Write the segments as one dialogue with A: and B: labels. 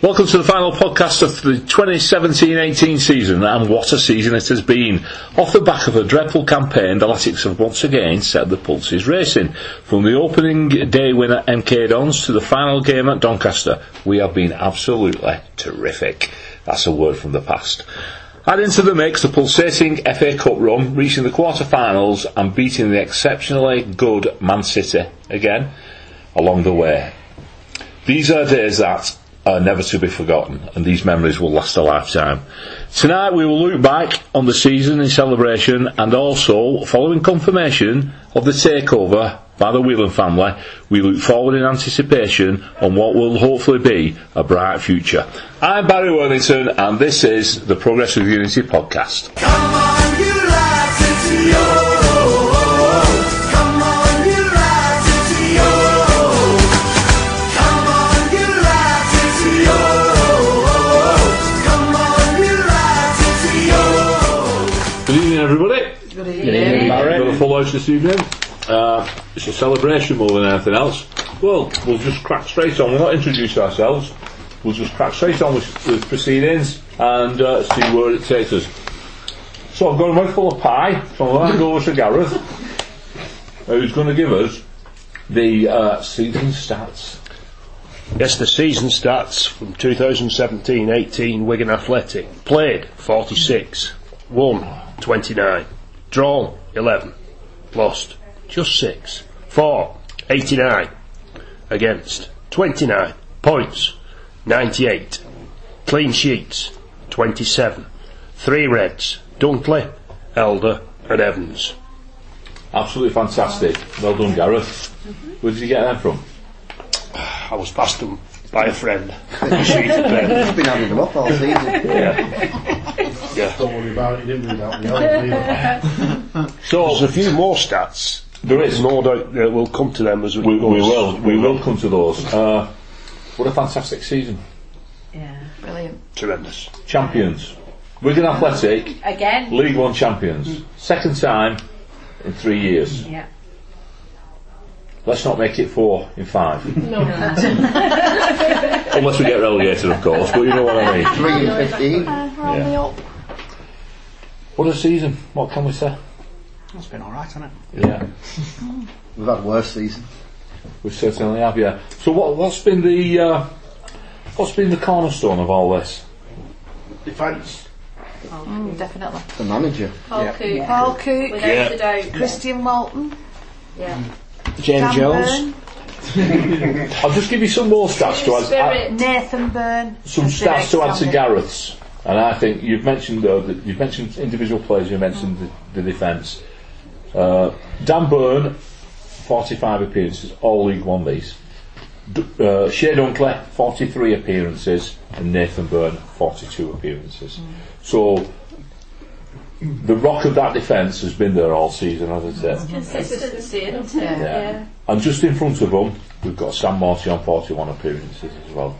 A: Welcome to the final podcast of the 2017-18 season, and what a season it has been. Off the back of a dreadful campaign, the Latics have once again set the pulses racing. From the opening day win at MK Dons to the final game at Doncaster, we have been absolutely terrific. That's a word from the past. Add into the mix the pulsating FA Cup run, reaching the quarter-finals and beating the exceptionally good Man City again along the way. These are days that are never to be forgotten, and these memories will last a lifetime. Tonight we will look back on the season in celebration and also, following confirmation of the takeover by the Whelan family, we look forward in anticipation on what will hopefully be a bright future. I'm Barry Worthington and this is the Progress with Unity podcast.
B: Come on, you lads, it's yours. Come on, you lads, it's yours. Come on, you lads, it's yours. Come on, you lads, it's yours.
A: Good evening, everybody.
C: Good evening.
A: Barry. Got a full house this evening. Uh, it's a celebration more than anything else. Well, we'll just crack straight on. We'll not introduce ourselves. We'll just crack straight on with, with proceedings and uh, see where it takes us. So I've got a mouthful of pie, so I'll hand over to Gareth, who's going to give us the uh, season stats.
D: Yes, the season stats from 2017-18 Wigan Athletic. Played 46, won 29, drawn 11, lost just 6, for 89, against 29, points 98, clean sheets 27, 3 reds, Dunkley, Elder and Evans.
A: Absolutely fantastic. Well done, Gareth. Where did you get that from?
D: Mm-hmm. I was passed them by a friend. You see the pen.
E: I've been having them up all season.
F: Don't worry about it, you didn't do that on the island either.
D: There's a few more stats
A: There is.
D: No doubt uh, we'll come to them as we,
A: We,
D: go.
A: we will. We will come to those. Uh, what a fantastic season.
C: Yeah, brilliant.
D: Tremendous.
A: Champions. Wigan Athletic,
C: Again.
A: League One champions. Second time in three years.
C: Yeah.
A: Let's not make it four in five. No. Unless we get relegated, of course, but you know what I mean.
E: Three and fifteen.
C: Uh,
A: What a season. What can we say?
G: It's been alright, hasn't it?
A: Yeah.
E: We've had worse season.
A: We certainly have, yeah. So what, what's been the... Uh, what's been the cornerstone of all this?
F: Defence.
C: Mm, definitely.
E: The manager.
H: Paul Cook,
C: Paul Cook,
H: without a doubt.
C: Christian Walton,
H: Yeah.
D: James
C: Dan
D: Jones.
C: Byrne,
A: I'll just give you some more stats to add. add-
H: Spirit.
C: Nathan Byrne.
A: some
C: and
A: stats to add to
C: Derek
A: Gareth's, and I think you've mentioned though that you've mentioned individual players. You mentioned the, the defence. Uh, Dan Byrne, forty-five appearances, all League One these. D- uh, Shea Dunkley, forty-three appearances, and Nathan Byrne, forty-two appearances. So. The rock of that defence has been there all season, as I said.
H: Consistency, isn't it?
C: Yeah.
A: Yeah. And just in front of them, we've got Sam Morty on 41 appearances as well.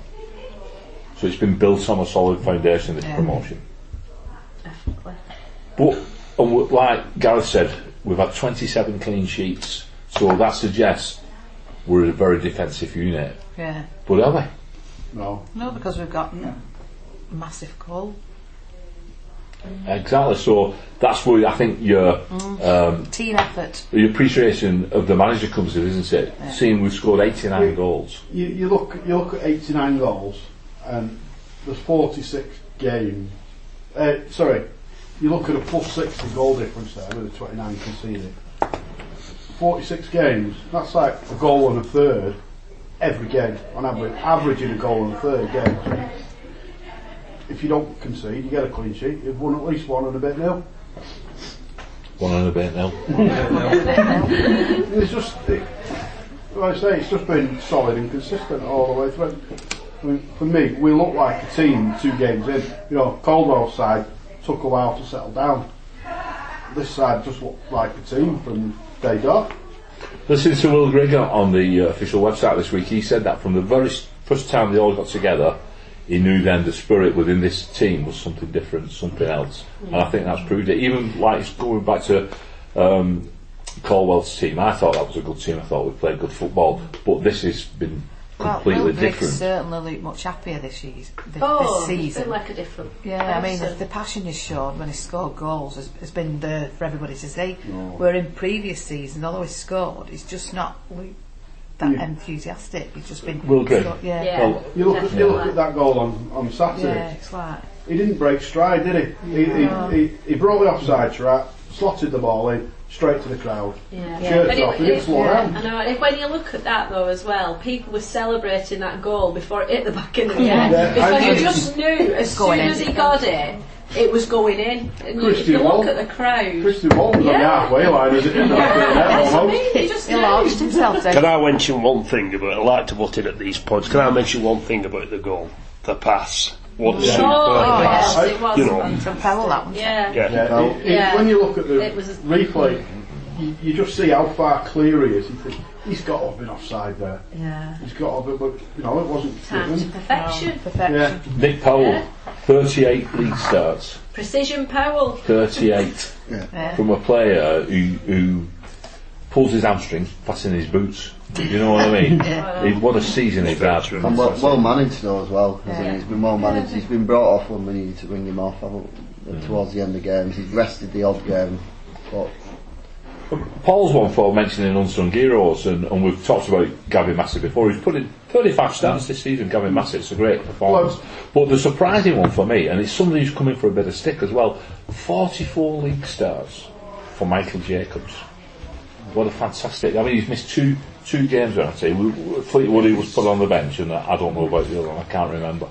A: So it's been built on a solid foundation, this promotion. But, and we- like Gareth said, we've had 27 clean sheets. So that suggests we're a very defensive unit.
C: Yeah.
A: But are we?
F: No.
C: No, because we've got massive goal.
A: Exactly. So that's where I think your um,
C: Team effort.
A: your appreciation of the manager comes in, isn't it? Seeing we've scored 89 goals.
F: You, you look you look at 89 goals and there's 46 games. Uh, sorry, you look at a plus 60 goal difference there with the 29 conceded. 46 games, that's like a goal and a third every game on average, averaging a goal and a third game. If you don't concede, you get a clean sheet, you've won at least one and a bit nil.
A: One and a bit now.
F: It's just, it, like I say, it's just been solid and consistent all the way through. I mean, for me, we look like a team two games in. You know, Caldwell's side took a while to settle down. This side just looked like a team from day dot.
A: Listening to Will Grigg on- on the uh, official website this week, he said that from the very s- first time they all got together, he knew then the spirit within this team was something different, something else. And I think that's proved it. Even like it's going back to um, Colwell's team, I thought that was a good team. I thought we played good football. But this has been
C: well,
A: completely
C: Will Griggs
A: different.
C: certainly looked much happier this, seas- th-
H: Oh,
C: this
H: it's
C: season.
H: been like a different.
C: Yeah, I mean, the,
H: person.
C: the passion he's showed when he scored goals has, has been there for everybody to see. Where in previous seasons, although he scored, he's just not we- that
F: Yeah.
C: enthusiastic. He's just been.
A: Will Griggs?
C: so- yeah.
H: yeah.
A: Well,
F: You look, at, you look at
H: definitely.
F: that goal on, on Saturday.
C: Yeah, it's like.
F: He didn't break stride, did he? He,
C: No.
F: he, he, he brought the offside trap, slotted the ball in, straight to the crowd.
H: Yeah.
F: Shirts
H: But it-
F: off, he didn't
H: it-
F: slow
C: yeah.
F: down.
H: I know, and if when you look at that though as well, people were celebrating that goal before it hit the back of the net
F: Yeah.
H: because
F: I-
H: you just knew as
C: It's going
H: soon
C: in.
H: as he got it, it was going in. And you, if
F: Christy
H: you
F: Wall.
H: look at the crowd,
F: Christian Wall was on the
H: Yeah.
F: halfway line as it hit the back of the net
H: that's what I
F: almost.
H: mean. You just
C: He
H: knew.
C: launched himself then.
D: Can I mention one thing about? I like to butt in at these points. Can I mention one thing about the goal? The pass. What a superb
H: Oh,
D: pass.
H: yes, it was
D: You know.
H: fantastic.
C: Fell that one.
H: Yeah.
D: Yeah.
F: Yeah,
E: Well-
F: it- it-
H: Yeah.
F: When you look at the
H: It was-
F: replay, you, you just see how far clear he is. You think, he's got to have been offside there.
C: Yeah.
F: He's got to have been, but, you know, it wasn't
H: Time to
F: given.
H: perfection.
C: Perfection.
F: Yeah,
A: Nick Powell,
H: Yeah.
A: 38 league starts,
H: Precision Powell.
A: 38
C: Yeah.
A: from a player who who pulls his hamstring passing his boots. Do you know what I mean? He- What a season he's had.
E: And well, well managed though as well. as in
C: Yeah.
E: He's been well managed. He's been brought off when we needed to bring him off I think,
A: Mm.
E: towards the end of games. He's rested the odd game, but
A: Paul's one for mentioning unsung heroes, and, and we've talked about Gavin Massey before. He's put in 35 starts this season, Gavin Massey. It's a great performance. But the surprising one for me, and it's somebody who's coming for a bit of stick as well 44 league starts for Michael Jacobs. What a fantastic. I mean, he's missed two two games, I say. We- we- Fleetwood, he was put on the bench, and I don't know about the other one, I can't remember.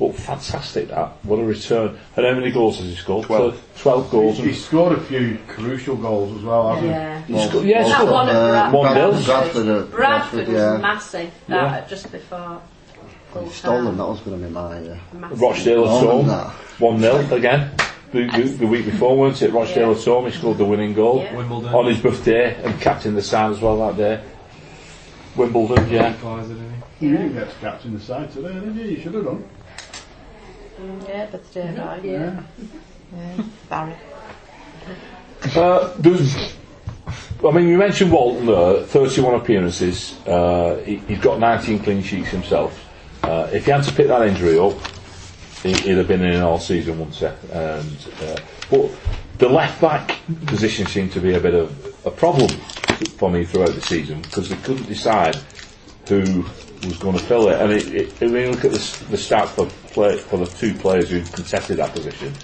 A: But fantastic that. What a return. And how many goals has he scored?
D: Twelve.
A: 12 goals.
F: he
A: And
F: scored a few crucial goals as well, hasn't he?
H: Yeah.
A: He's sco- yeah, he's
H: That
A: scored-
H: one at
E: uh,
H: Bradford.
A: One nil.
E: Bradford at
H: Bradford
E: Bradford,
H: was
E: yeah.
H: massive. That just before. full
E: stolen.
H: time.
E: That was going to be my. Uh,
H: Massive.
A: Rochdale at
E: Oh,
A: home,
E: no.
A: one 0 again. The, the, the week before, weren't it? Rochdale
H: Yeah.
A: at home, he scored the winning goal
H: Yeah.
I: Wimbledon.
A: on his birthday and captained the side as well that day. Wimbledon, yeah.
I: Equaliser, didn't he?
F: You didn't get to captain the side today, did you? You should have done.
H: Yeah, but they don't know.
F: Yeah.
C: Barry.
A: Uh, there's, I mean, you mentioned Walton there, 31 appearances. Uh, he, he's got 19 clean sheets himself. Uh, if he had to pick that injury up, he, he'd have been in all season, wouldn't he? And, uh, but the left back position seemed to be a bit of a problem for me throughout the season because they couldn't decide who was going to fill it. And it, it, when you look at the, s- the stats for, play, for the two players who contested that position,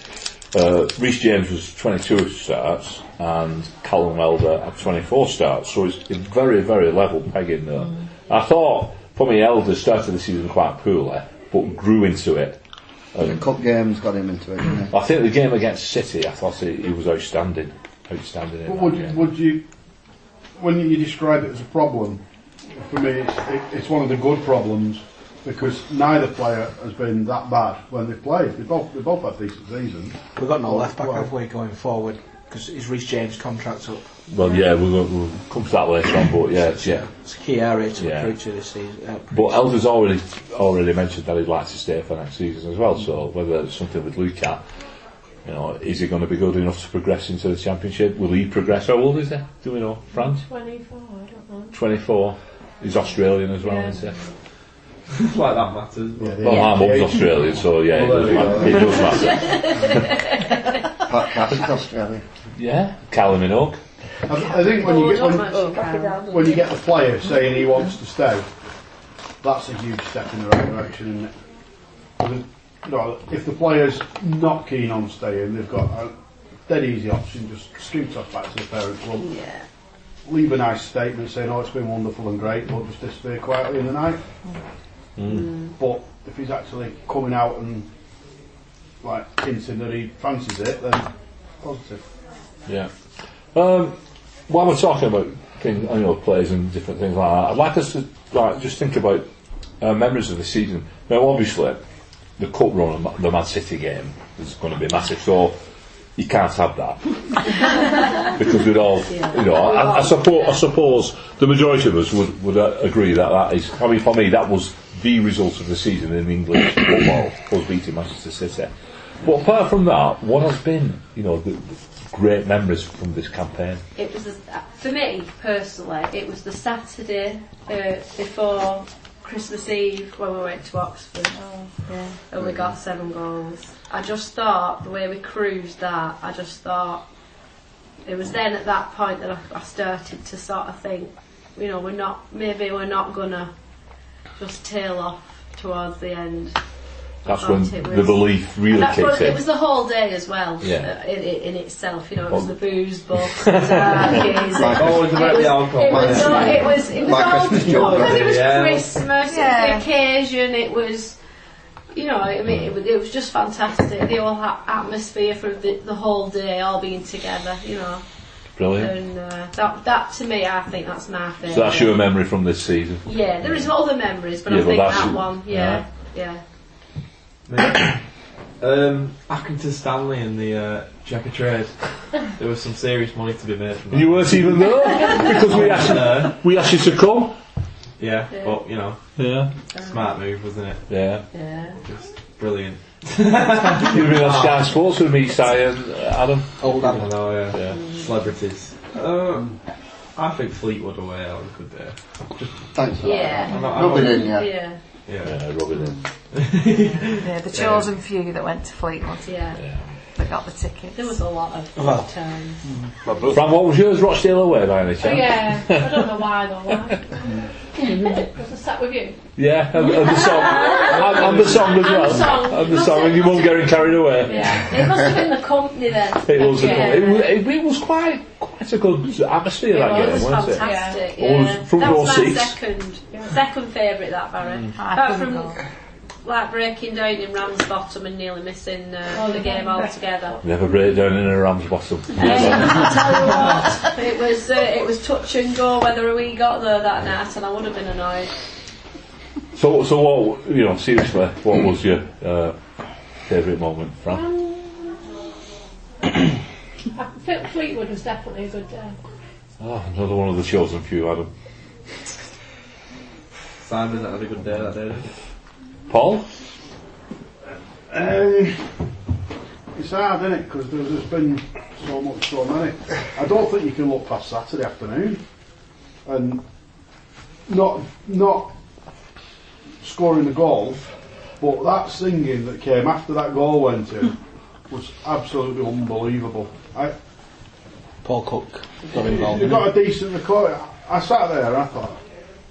A: uh, Reece James was 22 starts and Callum Welder had 24 starts. So it's, it's very, very level pegging there. I thought, for me, Elder started the season quite poorly, but grew into it. Um,
E: the cup games got him into it. Didn't he?
A: I think the game against City, I thought he, he was outstanding. Outstanding. In
F: But
A: that
F: would,
A: game.
F: would you, when you describe it as a problem, for me it's, it, it's one of the good problems because neither player has been that bad when they played. They both they both had decent seasons.
G: We've got no left back,
F: Well-
G: have we, going forward? Because is Reece James' contract up?
A: well, yeah, we'll, we'll come to that later on, but yeah, it's- yeah.
G: It's a key area to
A: Yeah.
G: recruit to this season. Uh,
A: But Elder's already already mentioned that he'd like to stay for next season as well. So whether it's something we'd look at, you know, is he going to be good enough to progress into the championship? Will he progress? How old is he? Do we know? France,
H: 24, I don't know.
A: twenty four. He's Australian as well,
H: Yeah.
A: isn't he?
I: like that matters. but-
A: Well, my mum's Australian, so yeah,
I: Well,
A: it,
I: there
A: does matter. it does matter.
E: Pat Cassidy, Australia.
A: Yeah, Callum and Oak.
F: I, I think when
H: Oh,
F: you get
H: don't
F: when,
H: mention Karen.
F: when you get the player saying he wants to stay, that's a huge step in the right direction, isn't it? Because, you know, if the player's not keen on staying, they've got a dead easy option, just scoot off back to the parent club,
H: Yeah.
F: leave a nice statement saying, oh, it's been wonderful and great, but just disappear quietly in the night. But if he's actually coming out and like hinting that he fancies it, then positive.
A: Yeah. Um, while we're talking about things, you know, players and different things like that, I'd like us to like, just think about uh, memories of the season. Now, obviously, the cup run, and Ma- the Man City game is going to be massive, so you can't have that because we'd all, you know, I, I, suppose, I suppose the majority of us would would uh, agree that that is. I mean, for me, that was the result of the season in English football was beating Manchester City. But apart from that, what has been, you know, the, the great memories from this campaign?
H: It was the, for me personally. It was the Saturday uh, before Christmas Eve when we went to Oxford.
C: yeah.
H: and we got seven goals. I just thought the way we cruised that, I just thought it was then at that point that I, I started to sort of think, you know, we're not maybe we're not gonna just tail off towards the end.
A: That's
H: I
A: when
H: thought it
A: the
H: was-
A: belief really
H: That's
A: kicks
H: what, it
A: in.
H: was the whole day as well,
A: Yeah.
H: uh, in, in, in itself. You know, it was
A: Well-
H: the booze, bus, the turkeys,
E: Like
I: Always about the alcohol.
H: it was,
E: Yeah.
H: all, it was, it was
E: Like
H: all
E: Christmas
H: fun.
E: chocolate.
H: It was
I: Yeah.
H: Christmas. It
C: Yeah.
H: was the occasion. It was, you know, I mean, it was, it was just fantastic. The whole ha- atmosphere for the, the whole day, all being together, you know.
A: Brilliant.
H: And uh, that, that to me, I think that's my favourite.
A: So that's your memory from this season.
H: Yeah, there is other memories, but
A: Yeah,
H: I
A: but
H: think
A: that's
H: that
A: your-
H: one. Yeah, yeah.
I: Um, Accrington Stanley and the uh, checker trade. There was some serious money to be made from that.
A: You weren't even there because we asked
I: No,
A: we asked you to come.
I: yeah,
H: Yeah.
I: but you know,
A: Yeah,
I: smart move, wasn't it?
A: yeah.
H: yeah.
I: Just brilliant.
A: You were on Sky Sports with me, Si and uh, Adam.
G: Old
I: I
G: Adam.
I: know, Oh, yeah.
A: Yeah.
I: Celebrities. Um, I think Fleetwood away on a good day.
E: Thanks for
H: Yeah.
I: I'm not,
E: that.
I: I'm
E: Rubbing
I: not,
E: in, yeah.
H: Yeah,
I: yeah.
A: Yeah, uh, Robin. and-
C: Yeah, the chosen few that went to Fleetwood
H: yeah.
A: Yeah.
C: that got the tickets.
H: There was a lot of
G: Well.
H: times.
A: Fran, what was yours? Rochdale away by any
J: Oh,
A: chance?
K: yeah, I don't know why though. Why? was I sat with you?
A: Yeah, and, and the song, and, and the song as
K: And the
A: well,
K: song.
A: and the song, and you won't get carried away.
K: Yeah.
H: It must have been the company then.
A: It was,
H: Yeah.
A: a, it, was it, it was quite quite a good atmosphere that
H: It
A: game,
H: was
A: wasn't it?
H: fantastic.
A: Yeah. All
H: Yeah.
A: from
H: that was
A: raw
H: my
A: seats.
H: second second favourite that Barry.
C: I
H: Apart
C: couldn't
H: from
C: go.
H: like breaking down in Ramsbottom and nearly missing uh,
L: Oh,
H: the game altogether.
A: Never break down in a ram's bottom.
H: I tell you what, it was uh, it was touch and go whether we got there that night, and I would have been annoyed.
A: so, so what? You know, seriously, what was your uh, favourite moment, Fran?
K: I think Fleetwood was definitely a good day.
A: Oh, another one of the chosen few, Adam.
I: Simon had a good day that day.
A: Paul,
F: Uh, it's hard, isn't it? Because there's just been so much, so many. I don't think you can look past Saturday afternoon and not not scoring the goal, but that singing that came after that goal went in was absolutely unbelievable. I,
G: Paul Cook got
F: you
G: involved.
F: got a decent record. I sat there and I thought,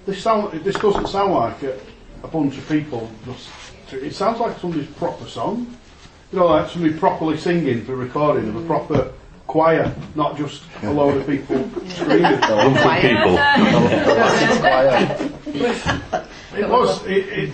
F: this sound, this doesn't sound like a, a bunch of people. Just, it sounds like somebody's proper song. You know, like somebody properly singing for recording of a proper choir, not just a load of people screaming.
A: Unfit people.
E: Quiet.
F: It was. It, it,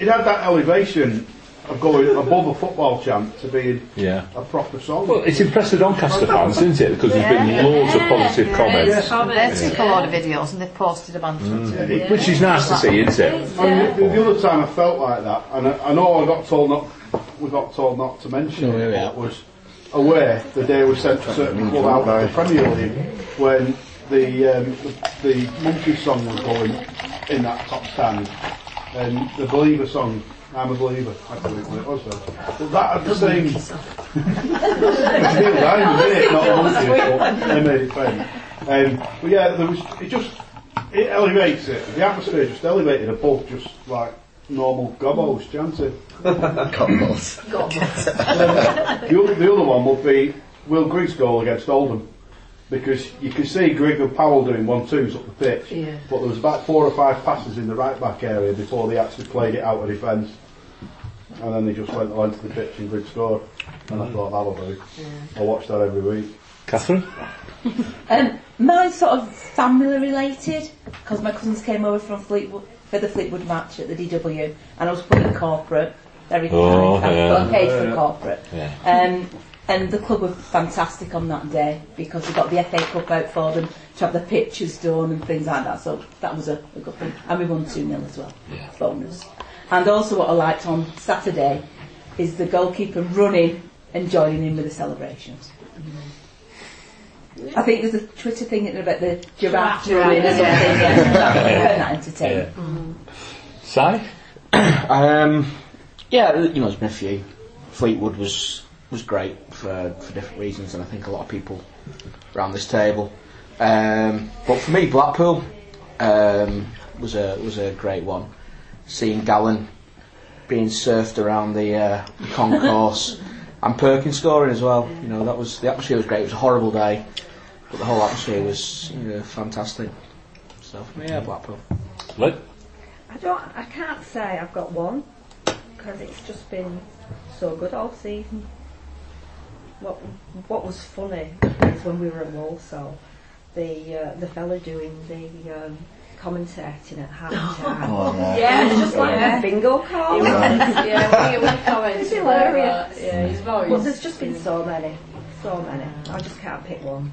F: it had that elevation of going above a football chant to being
A: Yeah.
F: a proper song.
A: Well, it's impressed the Doncaster fans, isn't it? Because there's been loads of positive comments, Mm.
H: There's
C: They
H: comments.
C: took a lot of videos and they posted them on Twitter.
F: It-
A: which is nice to see, isn't it?
F: I mean, the, the other time I felt like that, and I, I know I got told not, we got told not to mention
G: Sure,
F: it,
G: yeah.
F: but was aware the day we sent a certain club out of the Premier League when the, um, the the monkey song was going in that top stand, and the Believer song. I'm a believer. I believe what it was. Though. But that had the same. It's Neil Diamond, isn't it? Not a monkey, but they made it famous. Um, but yeah, there was. It just eh, it elevates it. The atmosphere just elevated above just like normal gobbles chanting.
E: Combos.
F: Eh, The other, the other one would be Will Griggs' goal against Oldham. Because you can see Grigg and Powell doing one twos up the pitch,
C: Yeah.
F: but there was about four or five passes in the right back area before they actually played it out of defence, and then they just went onto the pitch and Grigg scored. And I thought that'll do. I watch that every week.
A: Catherine,
M: Um, mine's sort of family related because my cousins came over from Fleetwood for the Fleetwood match at the DW, and I was playing corporate. Very kind.
A: Oh,
M: I
A: yeah.
M: got paid for corporate.
A: Yeah.
M: Um, and the club were fantastic on that day because we got the FA Cup out for them to have the pictures done and things like that. So that was a, a good thing. And we won 2 0 as well. Bonus. And also, what I liked on Saturday is the goalkeeper running and joining in with the celebrations. I think there's a Twitter thing about the giraffe running or something. Yeah, that was quite entertaining.
A: Si,
G: Um, yeah, you know, there's been a few. Fleetwood was was great for, for different reasons, and I think a lot of people around this table. Um, but for me, Blackpool um, was a was a great one. seeing Gallen being surfed around the, uh, the concourse and Perkins scoring as well. You know, that was the atmosphere was great. It was a horrible day, but the whole atmosphere was you know, fantastic. So for me, yeah, Blackpool.
A: Lit.
L: I don't. I can't say I've got one because it's just been so good all season. What What was funny is when we were at Walsall, the uh, the fella doing the um, commentating at half time.
B: Oh, no.
L: Yeah, it's just like
B: Yeah.
L: a bingo call.
B: It was. Yeah, we- we commented
L: It's
B: about
L: hilarious.
B: that. Yeah, his voice.
L: But there's just been so many, so many. I just can't pick one.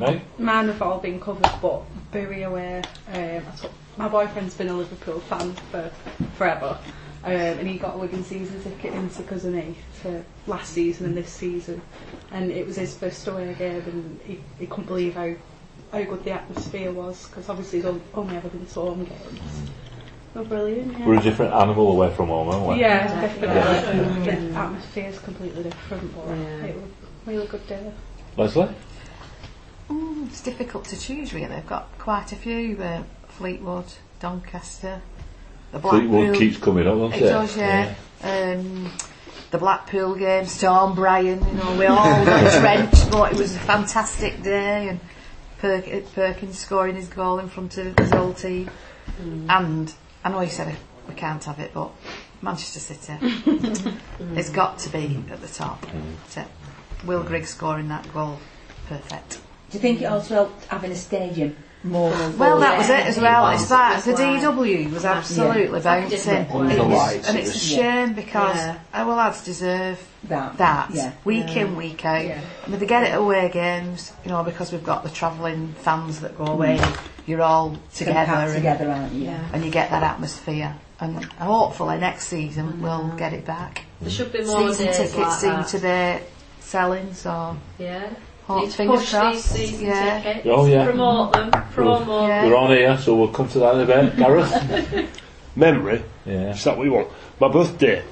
A: Right.
K: Mine have all been covered, but Bury away. Um, I took, my boyfriend's been a Liverpool fan for forever, um, and he got a Wigan season ticket into because of me to last season and this season, and it was his first away game, and he, he couldn't believe how how good the atmosphere was because obviously he's on- only ever been to home games. Oh, brilliant! Yeah.
A: We're a different animal away from home, aren't we?
K: Yeah, definitely.
A: Yeah.
K: The atmosphere's completely different, but it was a really good day.
A: Leslie?
C: Mm, it's difficult to choose, really. I've got quite a few uh, Fleetwood, Doncaster, the Blackpool.
A: Fleetwood keeps coming up, doesn't
C: it?
A: it?
C: does, yeah. Um, the Blackpool game, Storm Bryan, you know, we all got drenched, but it was a fantastic day. And Perk- uh, Perkins scoring his goal in front of his whole team. And I know you said we can't have it, but Manchester City. It's got to be at the top.
A: Mm.
C: So, Will Grigg scoring that goal, perfect.
M: Do you think it also helped having a stadium more?
C: Well, that was it as well. It's that the DW was
M: Yeah.
C: absolutely
M: It's like a
C: bouncing,
M: different one.
C: It
M: Under
C: was-
M: lights,
C: and
M: it
C: it's a
M: was-
C: shame because
M: Yeah.
C: our lads deserve
M: that, yeah.
C: week
M: Yeah.
C: in week out.
M: Yeah.
C: And if they get it away games, you know, because we've got the travelling fans that go away,
M: Mm.
C: you're all
M: Sort of
C: together,
M: packed
C: and,
M: together, aren't you? Yeah.
C: and you get that atmosphere. And hopefully next season we'll get it back.
H: There should be more
C: season
H: days
C: tickets
H: like
C: seem
H: that.
C: to be selling, so
H: Yeah.
C: Oh,
H: Need to
C: fingers
H: push these
C: crossed.
H: season
C: Yeah.
H: tickets.
A: Oh, yeah.
H: Promote them. Promo.
C: Yeah.
A: We're on here, so we'll come to that in a bit. Gareth?
D: Memory.
A: Yeah.
D: Is that what you want? My birthday,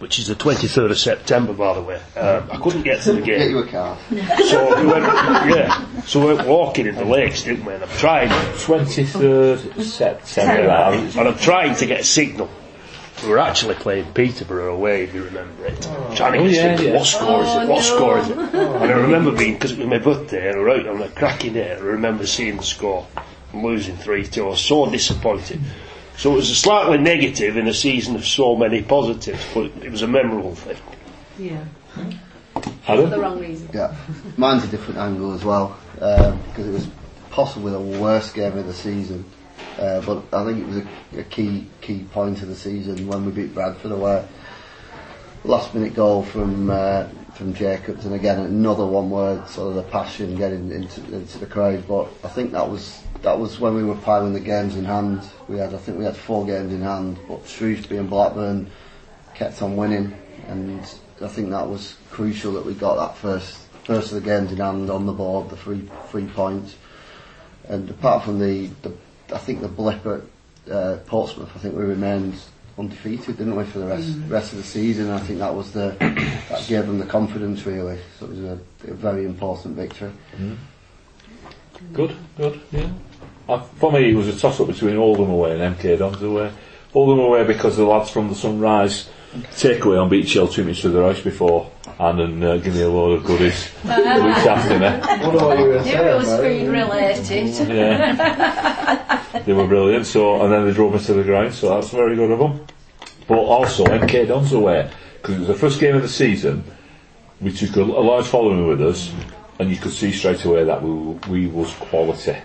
D: which is the 23rd of September, by the way. Um, I couldn't get to the game.
E: Get you a car.
D: So we went, yeah. So we went walking in the lakes, didn't we? And I'm trying.
A: 23rd September.
D: And I'm trying to get a signal. We were actually playing Peterborough away, if you remember it. Trying to get a
A: Oh, yeah,
D: signal.
A: yeah.
D: What score is it? What
A: Oh,
D: score is it?
A: no.
D: And I remember being, because it was my birthday, and we were out on a cracking day, and I remember seeing the score and losing 3 2. I was so disappointed. So it was a slightly negative in a season of so many positives, but it was a memorable thing.
K: Yeah.
E: Adam?
K: For the wrong reason.
E: Yeah, mine's a different angle as well because it was possibly the worst game of the season. Uh, but I think it was a, a key key point of the season when we beat Bradford away. Last minute goal from uh, from Jacobs, and again another one word sort of the passion getting into, into the crowd. But I think that was that was when we were piling the games in hand. We had I think we had four games in hand, but Shrewsbury and Blackburn kept on winning, and I think that was crucial that we got that first first of the games in hand on the board, the three three points. And apart from the, the I think the blip at uh, Portsmouth, I think we remained undefeated, didn't we, for the rest
F: Mm.
E: rest of the season? I think that was the that gave them the confidence really. So it was a, a very important victory.
A: Hmm. Good, good, yeah. Uh, for me, it was a toss up between Oldham away and MK Dons away. Oldham away because the lads from the Sunrise takeaway on Beach Hill took me to their house before and then uh, give me a load of goodies the week after me.
F: What are you
A: saying, Knew it was mate?
F: screen
A: related. They were brilliant, so and then they drove me to the ground, so that's very good of them. But also, MK Dons away because it was the first game of the season. We took a, a large following with us, and you could see straight away that we, w- we was quality.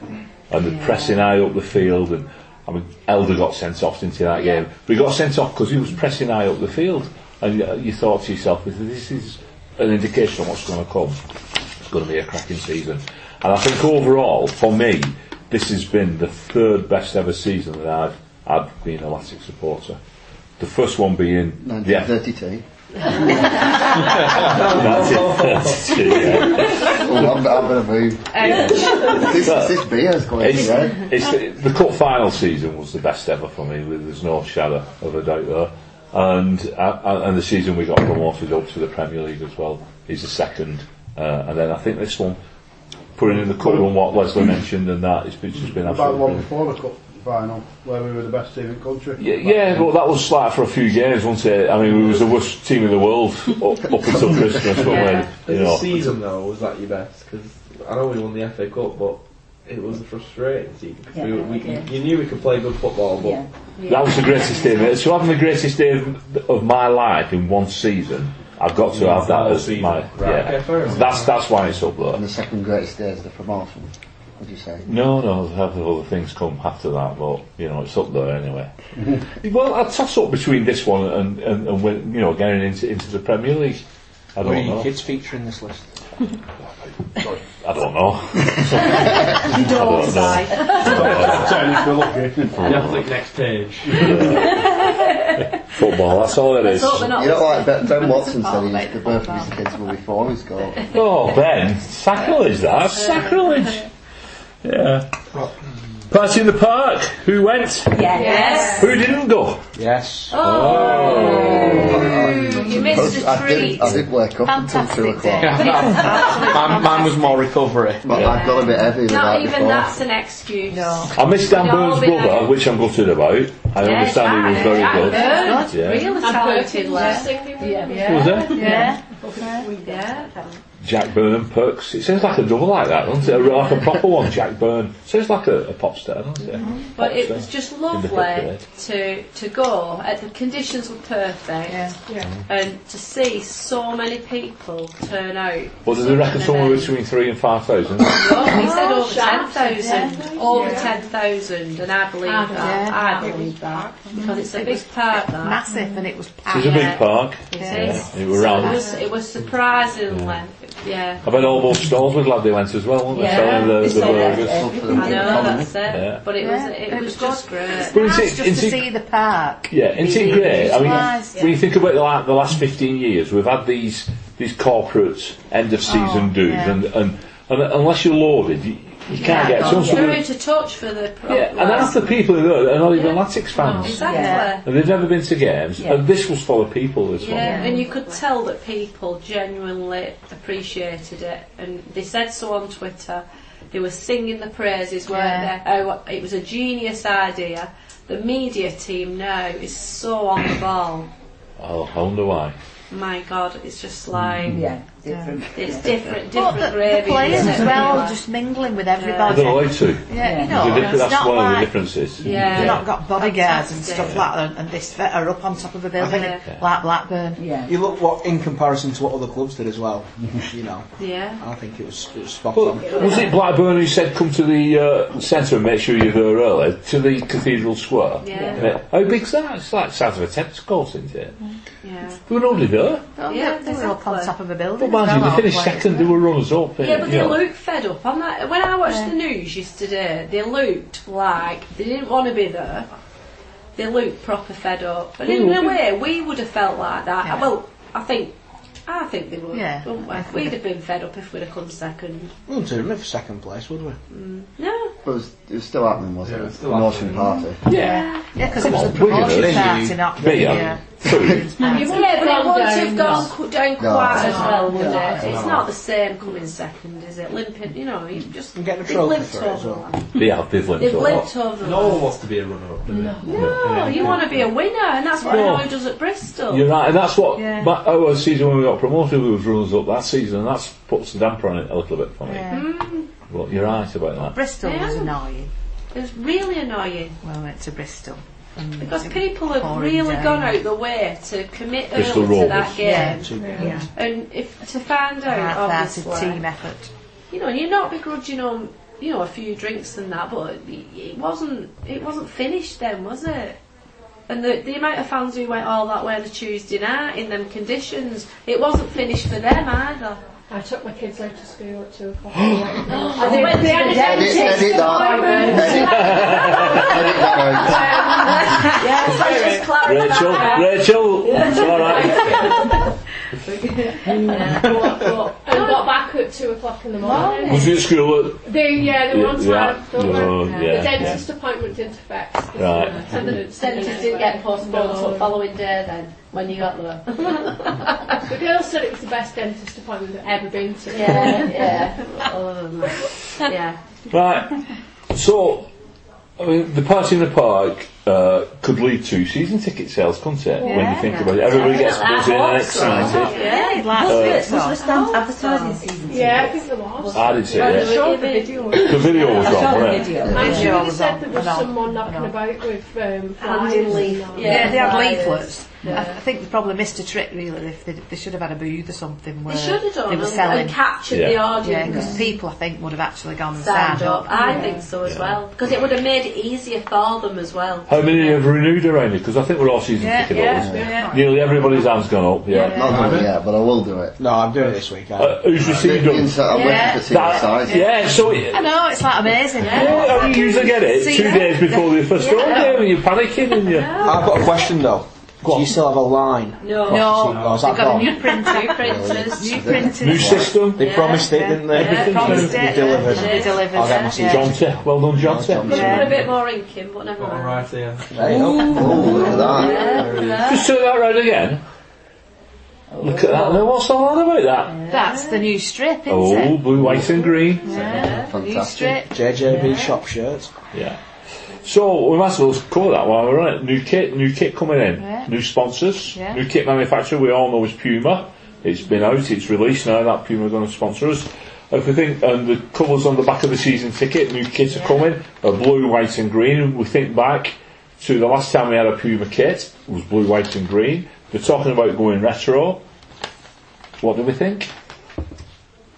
A: And the pressing high up the field, and I mean, Elder got sent off into that game, but he got sent off because he was pressing high up the field. And you, you thought to yourself, this is an indication of what's going to come. It's going to be a cracking season. And I think overall, for me, this has been the third best ever season that I've had been a Latic supporter. The first one being yeah,
E: 1932.
A: that's it.
E: Oh, I'm, I'm gonna move. Um, this, this beer's going
A: It's,
E: to
A: it's the, the cup final season was the best ever for me. with- There's no shadow of a doubt there. And uh, uh, and the season we got promoted up to the Premier League as well is the second. Uh, and then I think this one, putting in the cup and what Leslie mentioned and that, it's, it's just been
F: About one
A: absolutely brilliant.
F: before the cup. final where we were the best team in the country.
A: Yeah, yeah, but that was like for a few games, wasn't it? I mean, we was the worst team in the world up, up until Christmas, weren't we? You
I: As a
A: know.
I: season though, was that your best? Because I know we won the FA Cup, but it was a frustrating season. 'cause we,
M: Yeah,
I: we,
M: okay.
I: You knew we could play good football, but
M: Yeah.
A: That was the greatest day. mate. So having the greatest day of, of my life in one season, I've got to
I: Yeah,
A: have that
I: whole
A: as
I: season.
A: my
I: Right,
A: yeah.
I: okay, fair enough.
A: that's that's why it's up there.
E: And the second greatest day is the promotion. Would you say?
A: No, no, there's other other things come after that, but you know it's up there anyway. well, I toss up between this one and and, and win, you know getting into into the Premier League. I
G: Where
A: don't
G: do your
A: know.
G: kids feature in this list?
A: I don't know.
C: You don't
A: don't know.
C: say.
F: Ten if we're lucky.
I: yeah, click next page.
A: Football, that's all it is.
C: Let's hope they're not
E: You know, like Ben, ben Watson said,
C: Oh,
E: he was,
C: mate,
E: the birth of
C: fuck
E: his kids will be four his goal.
A: Oh, Ben, sacrilege that. Sacrilege. Yeah. Party in the park. Who went?
M: Yes.
A: Who didn't go?
G: Yes.
C: You missed a
E: I did,
C: treat.
E: I did wake up
C: Fantastic
E: until two o'clock,
C: day.
G: Mine, mine was more recovery.
E: but I got a bit heavy the
H: Not
E: night
H: even
E: before.
H: that's an excuse.
C: No.
A: I missed Dan
H: We'd all
A: Burns'
H: be like-
A: brother, which I'm gutted about. I understand he was very
H: Dan
A: good.
H: Burns.
A: Yeah.
C: Really talented lad.
H: Yeah.
A: Was there?
C: Yeah.
A: Jack Byrne and Perks. It sounds like a double like that, doesn't it? A- Like a proper one, Jack Byrne. Sounds like a, a pop star, doesn't it?
H: Mm-hmm. But
A: Pop
H: it
A: star.
H: was just
A: In the
H: lovely
A: book,
H: to to go. Uh, The conditions were perfect,
C: Yeah.
H: and to see so many people turn out.
A: But there's a record somewhere between three and five thousand.
H: He said over ten thousand, over ten thousand, and I believe that.
C: Yeah.
H: I believe that because it's a big part. That
C: Massive and it was
A: It's
C: packed.
A: a
H: Yeah.
A: big park.
H: it is.
A: It was
H: So
A: round.
H: It was, it was surprisingly, yeah.
A: I bet all those stalls were glad they went as well, weren't they?
M: Yeah.
A: Selling the,
M: It's
A: the
M: all right.
A: burgers.
E: Not for
H: I
E: them
H: know
E: to follow me.
H: that's it,
A: Yeah.
H: but it
C: Yeah,
H: was it,
C: it
H: was,
C: was
H: just great.
A: But
C: Nice
A: is it-
C: just to
A: is it-
C: see the park.
A: Yeah, isn't it
C: Being
A: great? I mean,
C: utilised.
A: when you think about the, la- the last 15 years, we've had these these corporate end of season
C: Oh,
A: dues,
C: yeah.
A: and, and, and unless you're loaded, you, you can't get some sort
H: They're
A: of.
H: out of touch for the pro-
A: Yeah, and half the people who are there are not even Latics fans.
H: exactly.
M: Yeah.
A: And they've never been to games,
M: Yeah.
A: and this was full of people, this
H: Yeah, and you could tell that people genuinely appreciated it, and they said so on Twitter. They were singing the praises, weren't
C: Yeah.
H: they? Oh, it was a genius idea. The media team now is so on the ball.
A: one. Oh, I wonder why.
H: My God, it's just like
M: Yeah. Different.
H: it's different, different
C: But the, the
H: gravy,
C: players
H: isn't it,
C: as well,
H: really?
C: just mingling with
A: They're
C: everybody.
A: allowed to.
C: Yeah,
M: Yeah.
C: you know,
A: The diff-
C: it's
A: that's
C: not
A: one of the
C: like
A: differences.
H: Yeah.
C: they've not got bodyguards and
H: Fantastic.
C: stuff like that, and this fit are up on top of a building,
H: Yeah.
C: like Blackburn.
M: Yeah.
G: You look what in comparison to what other clubs did as well. You know,
H: yeah.
G: I think it was, it was spot
A: Well,
G: on.
A: was it Blackburn who said come to the uh, centre and make sure you're there early to the Cathedral Square? Oh,
H: Yeah.
A: How big's that? It's like the size of a tennis court, isn't it?
H: Yeah.
A: They were only there.
C: Oh,
H: Yeah,
C: they were up on
H: exactly.
C: top of a building.
A: But mind
C: as
A: you,
C: well,
A: they finished
C: our players.
A: second. They were runners up.
H: Yeah, but
A: you
H: they
A: know.
H: looked fed up on that. When I watched the news yesterday, they looked like they didn't want to be there. They looked proper fed up. And in a way, we would have felt like that.
C: Yeah.
H: Well, I think. I think they would,
C: Yeah.
H: wouldn't we? We'd have been fed up if we'd have come second.
G: We wouldn't have done it for second place, would we?
C: Mm.
H: No,
E: But it was, it was still happening, wasn't
I: Yeah, it
E: it?
I: was still
E: Promotion party.
A: Yeah.
C: Yeah, because it
A: Come
C: was
A: on,
C: the
A: we're
C: promotion
A: gonna-
C: party, not
A: Beer.
C: yeah.
A: Food.
H: you would yeah, but it would have gone qu- down
E: No.
H: quite as well, would
G: No.
H: it? It's not the same coming second, is it? Limping, you know, you just
G: And getting a
H: they've
G: trophy
H: limped
G: for it as
H: over.
G: well.
H: the line.
A: They have, they've limped
H: They've
A: a
H: limped
A: lot.
H: over. the
I: No
H: line.
I: one wants to be a runner-up, do they?
H: No, you want to be a winner, and that's what
A: No.
H: I know he does at Bristol.
A: You're right, and that's what
C: Yeah.
A: but our season when we got promoted, we was runners up that season, and that's puts the damper on it a little bit for me.
C: Yeah.
H: Hmm.
A: But you're right about that.
C: Bristol was
H: Yeah.
C: annoying
H: It's really annoying
C: when we went to Bristol. And
H: because
C: it was
H: people have
C: pouring
H: really
C: down.
H: gone out the way to commit
A: Bristol
H: early to that
A: Rovers.
H: game,
C: Yeah,
H: and if to find out,
C: hard-hearted team
H: obviously,
C: effort.
H: you know, and you're not begrudging them, you know, a few drinks and that, but it wasn't, it wasn't finished then, was it? And the, the amount of fans who went all that way on a Tuesday night in them conditions, it wasn't finished for them either.
J: I took my kids out to school at 2 o'clock. in the afternoon.
H: And they went down
E: Edit, edit that. Edit, edit that out.
H: Yeah, so just clarify
A: Rachel,
H: that.
A: Rachel, it's all right.
J: and got back at 2 o'clock in the morning.
H: Oh,
A: Was you at school at
J: They, yeah, they were on
A: Yeah,
J: time. Don't
A: yeah,
J: worry.
A: yeah,
J: the dentist appointment didn't affect.
A: Right.
J: And the dentist
H: did get postponed
J: No.
H: till the following day then, when you got there.
J: The girl said it was the best dentist appointment I've ever been to.
H: Oh, Yeah, yeah. yeah.
A: Right. So, I mean, the party in the park uh, could lead to season ticket sales, couldn't it? when you think about it, everybody gets buzzed in and excited.
M: Yeah,
A: like-
M: was
A: Uh,
M: it? Was there stand advertising season?
J: Yeah, I
M: tickets?
J: think there was.
A: I did see
J: Well,
A: it.
J: they showed the video.
A: The video was
M: I saw
A: on,
M: the
A: wasn't
M: video.
A: it?
J: I
M: Yeah.
J: sure they said
M: Yeah.
J: there was
M: No,
J: someone knocking about with um, flyers
C: in
J: and
C: leaf-
J: all.
C: Yeah, they had
J: Flyers.
C: leaflets. I, I
J: Yeah.
C: think they probably missed a trick really. If they, they should have had a booth or something where
H: They should have done
C: they were
H: and-
C: selling
H: and captured the Yeah. audience.
C: Yeah, because people I think would have actually gone and
H: Signed
C: signed
H: up.
C: up.
H: I
C: Yeah.
H: think so as well because it would have made it easier for them as well.
A: How many have renewed around it? Because I think we're all season
H: Yeah,
A: ticket
H: yeah,
A: holders.
H: yeah.
A: Nearly everybody's hands gone up. Yeah.
H: Yeah. Not
E: done it yet, but I will do it.
G: No, I'm doing it this weekend.
A: Uh, who's received them?
E: I'm waiting
C: Yeah.
E: to see the size.
A: Yeah, so it,
C: I know it's like amazing.
A: Yeah, I mean, you usually get it
C: See
A: two
C: that?
A: days before the first
C: Yeah.
A: yeah. game and you're panicking and you're.
G: I've got a question though. Do you still have a line?
H: No.
G: Oh,
C: No,
G: is
C: they've
G: that
C: got
G: gone?
C: a new printer.
H: New printers.
C: New printers.
A: New system.
G: They promised it, didn't they?
C: Yeah,
G: Everything's
C: promised
G: been
C: it.
G: delivered.
C: They delivered
A: Oh,
G: I'll get
C: it,
G: my
C: yeah.
G: season
A: John T. Well done, John T.
H: Could have put a bit more ink in, but never mind.
I: Right here.
G: There you go.
E: oh, Look at that.
A: Just turn that round again. Look at that. Now, what's all on about that?
C: That's the new strip, isn't
A: Oh,
C: it?
A: blue, white, and green.
C: Yeah, new
E: Fantastic.
C: strip.
G: JJB shop shirts.
A: Yeah. So we might as well cover that while we're on it. New kit, new kit coming in.
C: Yeah.
A: New sponsors.
C: Yeah.
A: New kit manufacturer we all know is Puma. It's been out, it's released now that Puma are going to sponsor us. If we think, and the colours on the back of the season ticket, new kits are coming, are blue, white and green. We think back to the last time we had a Puma kit, it was blue, white and green. They're talking about going retro. What do we think?